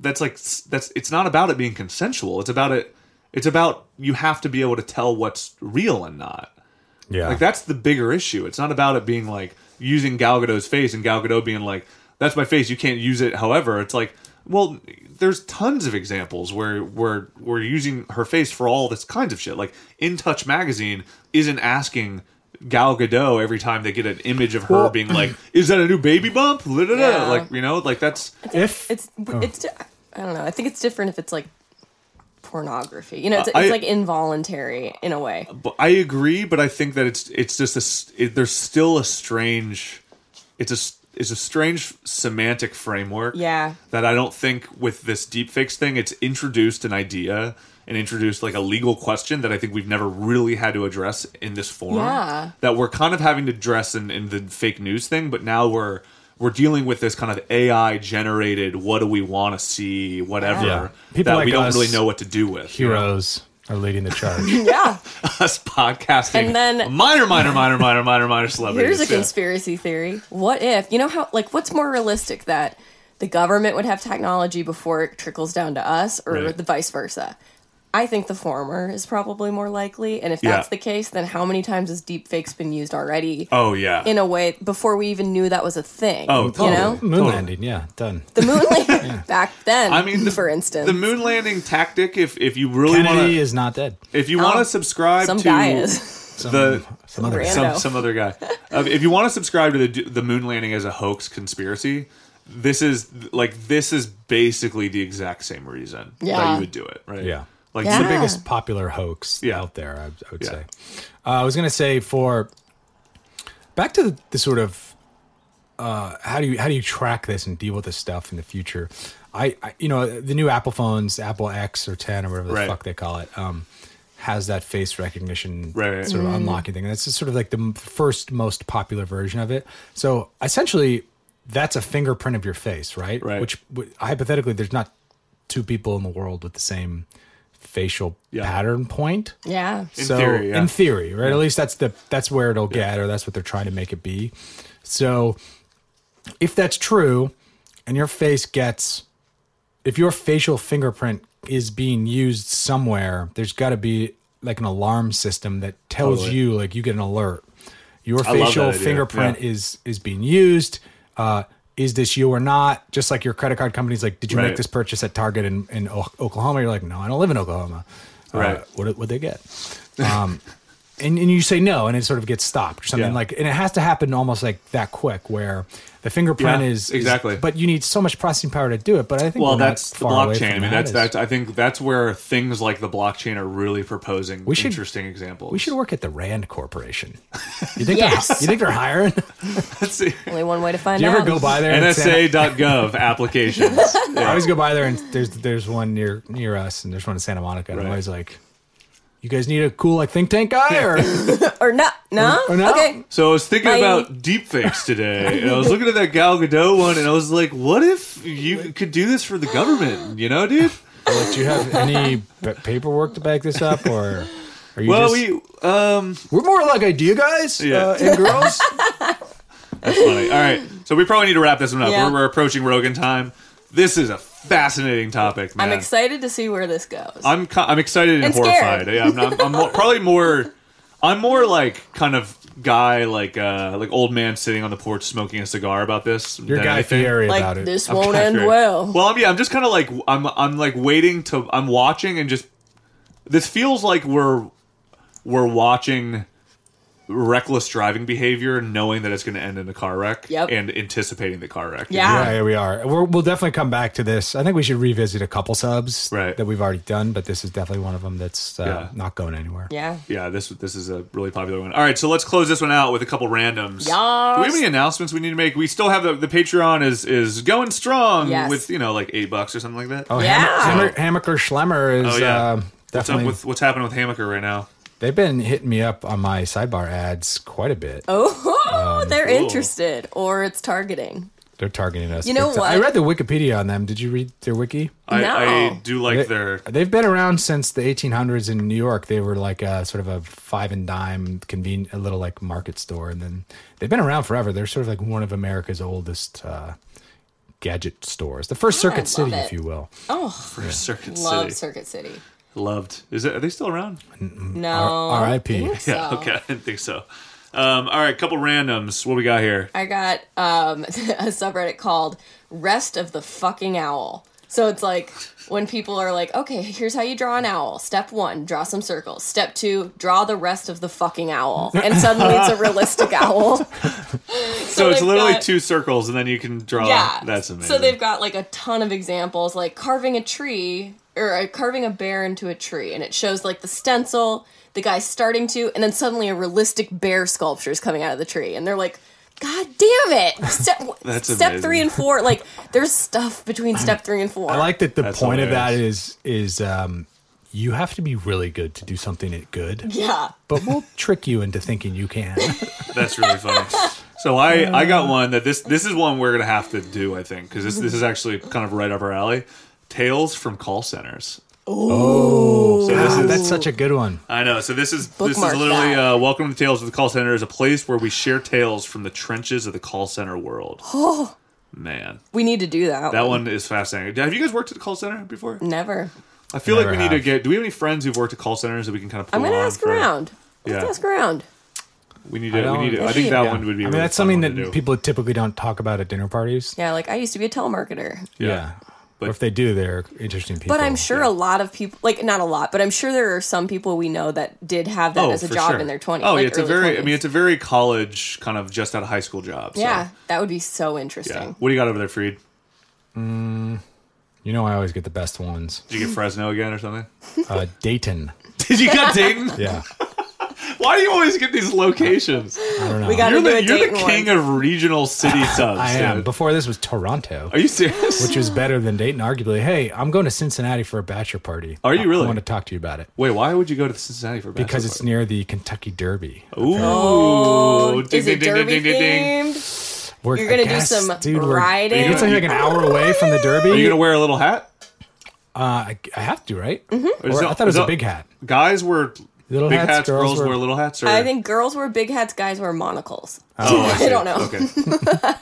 that's like s- that's it's not about it being consensual. It's about it. It's about you have to be able to tell what's real and not. yeah, Like that's the bigger issue. It's not about it being like using Gal Gadot's face and Gal Gadot being like, "That's my face. You can't use it." However, it's like, well, there's tons of examples where where we're using her face for all this kinds of shit. Like In Touch magazine isn't asking Gal Gadot every time they get an image of her Well- [clears throat] being like, "Is that a new baby bump?" Da, da, da. Yeah. Like you know, like that's if It's Oh. it's di- I don't know. I think it's different if it's like pornography. You know, it's, Uh, I- Um, it's like involuntary in a way. But I agree, but I think that it's it's just a s- it, there's still a strange it's a s- it's a strange semantic framework. Yeah. That I don't think with this deepfakes thing, it's introduced an idea and introduced like a legal question that I think we've never really had to address in this form. Yeah. That we're kind of having to address in, in the fake news thing, but now we're we're dealing with this kind of AI generated what do we want to see, whatever Yeah. People that like we don't us, really know what to do with. heroes are leading the charge, Yeah. [laughs] us podcasting. And then- minor, minor, minor, minor, minor, minor celebrities. Here's a conspiracy theory. What if, you know how, like, what's more realistic that the government would have technology before it trickles down to us or Right. the vice versa? I think the former is probably more likely. And if Yeah. that's the case, then how many times has deepfakes been used already Oh yeah. in a way before we even knew that was a thing? Oh, [laughs] totally. You know? moon Totally. landing. Yeah, done. The moon landing [laughs] back then, I mean, the, for instance. the moon landing tactic. If if you really Kennedy want to, is not dead. if you want to Oh, subscribe some to guy [laughs] [laughs] is. Some, the- some other Random. some Rando. some other guy, uh, if you want to subscribe to the the moon landing as a hoax conspiracy, this is like this is basically the exact same reason that Yeah. you would do it, right? Yeah. Like Yeah. the biggest biggest popular hoax Yeah. out there. I, I would Yeah. say. Uh, I was gonna say for back to the, the sort of uh, how do you how do you track this and deal with this stuff in the future? I, I you know the new Apple phones, Apple X or 10 or whatever the Right. fuck they call it, um, has that face recognition Right, right. sort of unlocking thing. And that's just sort of like the m- first most popular version of it. So essentially, that's a fingerprint of your face, right? Right. Which w- hypothetically, there's not two people in the world with the same facial Yeah. pattern point. Yeah. In so theory, yeah. in theory, right? At least that's the that's where it'll get, or that's what they're trying to make it be. So if that's true, and your face gets, if your facial fingerprint is being used somewhere, there's got to be like an alarm system that tells Totally. you like you get an alert. Your love that facial idea. fingerprint Yeah. is is being used. Uh, is this you or not? Just like your credit card company's like, did you Right. make this purchase at Target in, in O- Oklahoma? You're like, no, I don't live in Oklahoma. Uh, Right. what would they get? Um, and, and you say no, and it sort of gets stopped or something Yeah. like. And it has to happen almost like that quick, where the fingerprint Yeah, is is- exactly. but you need so much processing power to do it. But I think well we're not that's the far away blockchain i mean from that that's is- that's i think that's where things like the blockchain are really proposing should- interesting examples We should work at the Rand Corporation. You think? they're, Yes. you think they're hiring? [laughs] Do Let's see. Only one way to find you out. ever go by there? and Santa- [laughs] nsa.gov applications [laughs] I yeah. always go by there, and there's there's one near near us, and there's one in Santa Monica. And I'm Right. always like, "You guys need a cool like think tank guy, or [laughs] or no? No. Or no? Okay. so i was thinking Bye. about deepfakes today and i was looking at that gal gadot one and i was like what if you could do this for the government you know [laughs] dude like, do you have any p- paperwork to back this up, or are you well just we um we're more like idea guys Yeah. uh, [laughs] and girls? that's funny all right so we probably need to wrap this one up Yeah. we're, we're approaching rogan time this is a fascinating topic man I'm excited to see where this goes. I'm ki- I'm excited and, And horrified. scared. Yeah, I'm, not, I'm more, probably more. I'm more like kind of guy like uh like old man sitting on the porch smoking a cigar about this. You're than Guy anything. Fieri about like it. this I'm won't Guy end Fieri. well. Well, I'm, yeah, I'm just kind of like I'm I'm like waiting to I'm watching and just this feels like we're we're watching reckless driving behavior, knowing that it's going to end in a car wreck, Yep. and anticipating the car wreck. Yeah. Yeah, yeah, we are. We're, we'll definitely come back to this. I think we should revisit a couple subs Right. that we've already done, but this is definitely one of them that's uh, Yeah. not going anywhere. yeah. [laughs] Yeah, this this is a really popular one. All right, so let's close this one out with a couple randoms. Yas. Do we have any announcements we need to make? We still have the, the Patreon is is going strong Yes. with you know like eight bucks or something like that. Oh, Yeah. Hammer, Hammer, Hammaker Schlemmer is Oh, yeah. um, what's up definitely. with what's happening with Hamaker right now? they've been hitting me up on my sidebar ads quite a bit. Oh, Um, they're cool. interested, or it's targeting. They're targeting us. You know big time. what? I read the Wikipedia on them. Did you read their wiki? I, No. I do like They- their They've been around since the 1800s in New York. They were like a sort of a five and dime conven a little like market store, and then they've been around forever. They're sort of like one of America's oldest uh, gadget stores, the first Circuit Oh, love City, it. if you will. Oh, for Circuit love City. Circuit City. Loved. Is it? Are they still around? No. [laughs] R- R.I.P. I think so. Yeah. [laughs] Okay, I didn't think so. Um, all right, couple randoms. What we got here? I got um, [laughs] a subreddit called Rest of the Fucking Owl. So it's like when people are like, okay, here's how you draw an owl. Step one, draw some circles. Step two, draw the rest of the fucking owl. And suddenly it's a [laughs] realistic owl. so So it's they've literally got- two circles, and then you can draw. Yeah. Oh, that's amazing. So they've got like a ton of examples, like carving a tree or uh, carving a bear into a tree, and it shows like the stencil, the guy starting to, and then suddenly a realistic bear sculpture is coming out of the tree, and they're like. God damn it! [laughs] Step, That's step amazing. three and four, like there's stuff between step three and four. I like that the That's point of that is is um, you have to be really good to do something it good, yeah, but we'll trick you into thinking you [laughs] can. That's really funny. So I, I got one that this this is one we're gonna have to do I think because this this is actually kind of right up our alley. Tales from call centers. Oh, so this Ah, is that's such a good one. I know. So this is this is Bookmark literally that. uh, welcome to Tales of the Call Center is a place where we share tales from the trenches of the call center [gasps] world. Oh man, we need to do that. that one is fascinating. Have you guys worked at the call center before? Never. I feel like Never we need to have. get. Do we have any friends who've worked at call centers that we can kind of? Pull I'm gonna on ask for- around. Let's Yeah. ask around. We need I to. We don't- need to. I think that one would be. I a mean, really that's fun something one to that do. people typically don't talk about at dinner parties. Yeah, like I used to be a telemarketer. Yeah. But- or if they do, they're interesting people. But I'm sure a lot of people, like not a lot, but I'm sure there are some people we know that did have that as a Oh, for job sure. in their 20s. Oh, like yeah, it's a early very. I 20s. mean, it's a very college kind of just out of high school job. so, yeah, that would be so yeah. interesting. What do you got over there, Freed? You know, I always get the best ones. [laughs] Did you get Fresno again or something? Uh, Dayton. Did you got Dayton? [laughs] Yeah. Why do you always get these locations? I don't know. We got You're to do the, a you're Dayton the king one. of regional city subs. [laughs] I am. dude. Before this was Toronto, Are you serious? which was better than Dayton, arguably. Hey, I'm going to Cincinnati for a bachelor party. Are you I- really? I want to talk to you about it [laughs] Wait, why would you go to Cincinnati for a bachelor because it's party? near the Kentucky Derby. Ooh. Ding, Oh, Is ding, it ding, derby ding, ding, ding. themed? We're, You're gonna I do guess, some dude, we're- riding? It's like, like an hour away from the Derby. Are you gonna wear a little hat? uh, I, I have to, right? Or is Or that- Mm-hmm. I thought it is was a that- big hat. Guys were Little Big hats, hats, girls, girls were, wear little hats. Or? I think girls wear big hats, guys wear monocles. Oh, [laughs] I don't know. Okay.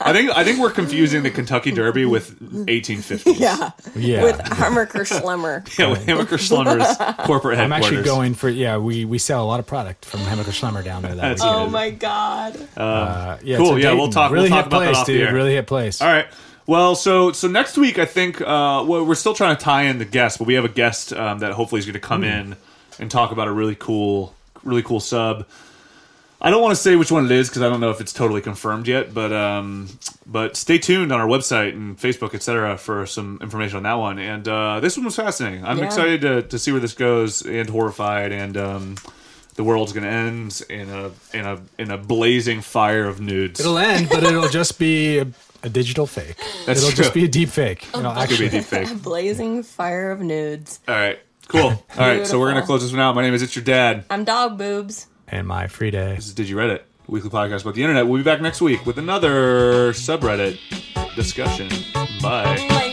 I think I think we're confusing the Kentucky Derby with [laughs] 1850s. Yeah. yeah. With Hammerker [laughs] Schlemmer. Yeah, with Hammaker Slumber's corporate I'm headquarters. actually going for yeah. We we sell a lot of product from Hammaker Schlemmer down there. That That's weekend. Oh my god. Uh, yeah, Cool, so yeah, we'll Dayton, talk- we'll Really talk hit about that place, off the dude. air. Really hit place. All right. Well, so so next week I think uh, well, we're still trying to tie in the guest, but we have a guest um, that hopefully is going to come in and talk about a really cool, really cool sub. I don't want to say which one it is because I don't know if it's totally confirmed yet. But um, but stay tuned on our website and Facebook, etc., for some information on that one. And uh, this one was fascinating. I'm Yeah. excited to, to see where this goes, and horrified, and um, the world's going to end in a in a in a blazing fire of nudes. It'll end, but it'll just be a, a digital fake. That's it'll true. just be a deep fake. It'll Could be actually a [laughs] deep fake. Blazing fire of nudes. All right. Cool. All right. So we're going to Beautiful. close this one out. My name is It's Your Dad. I'm dog boobs. and my free day. This is Did You Reddit, weekly podcast about the internet. We'll be back next week with another subreddit discussion. Bye. Like-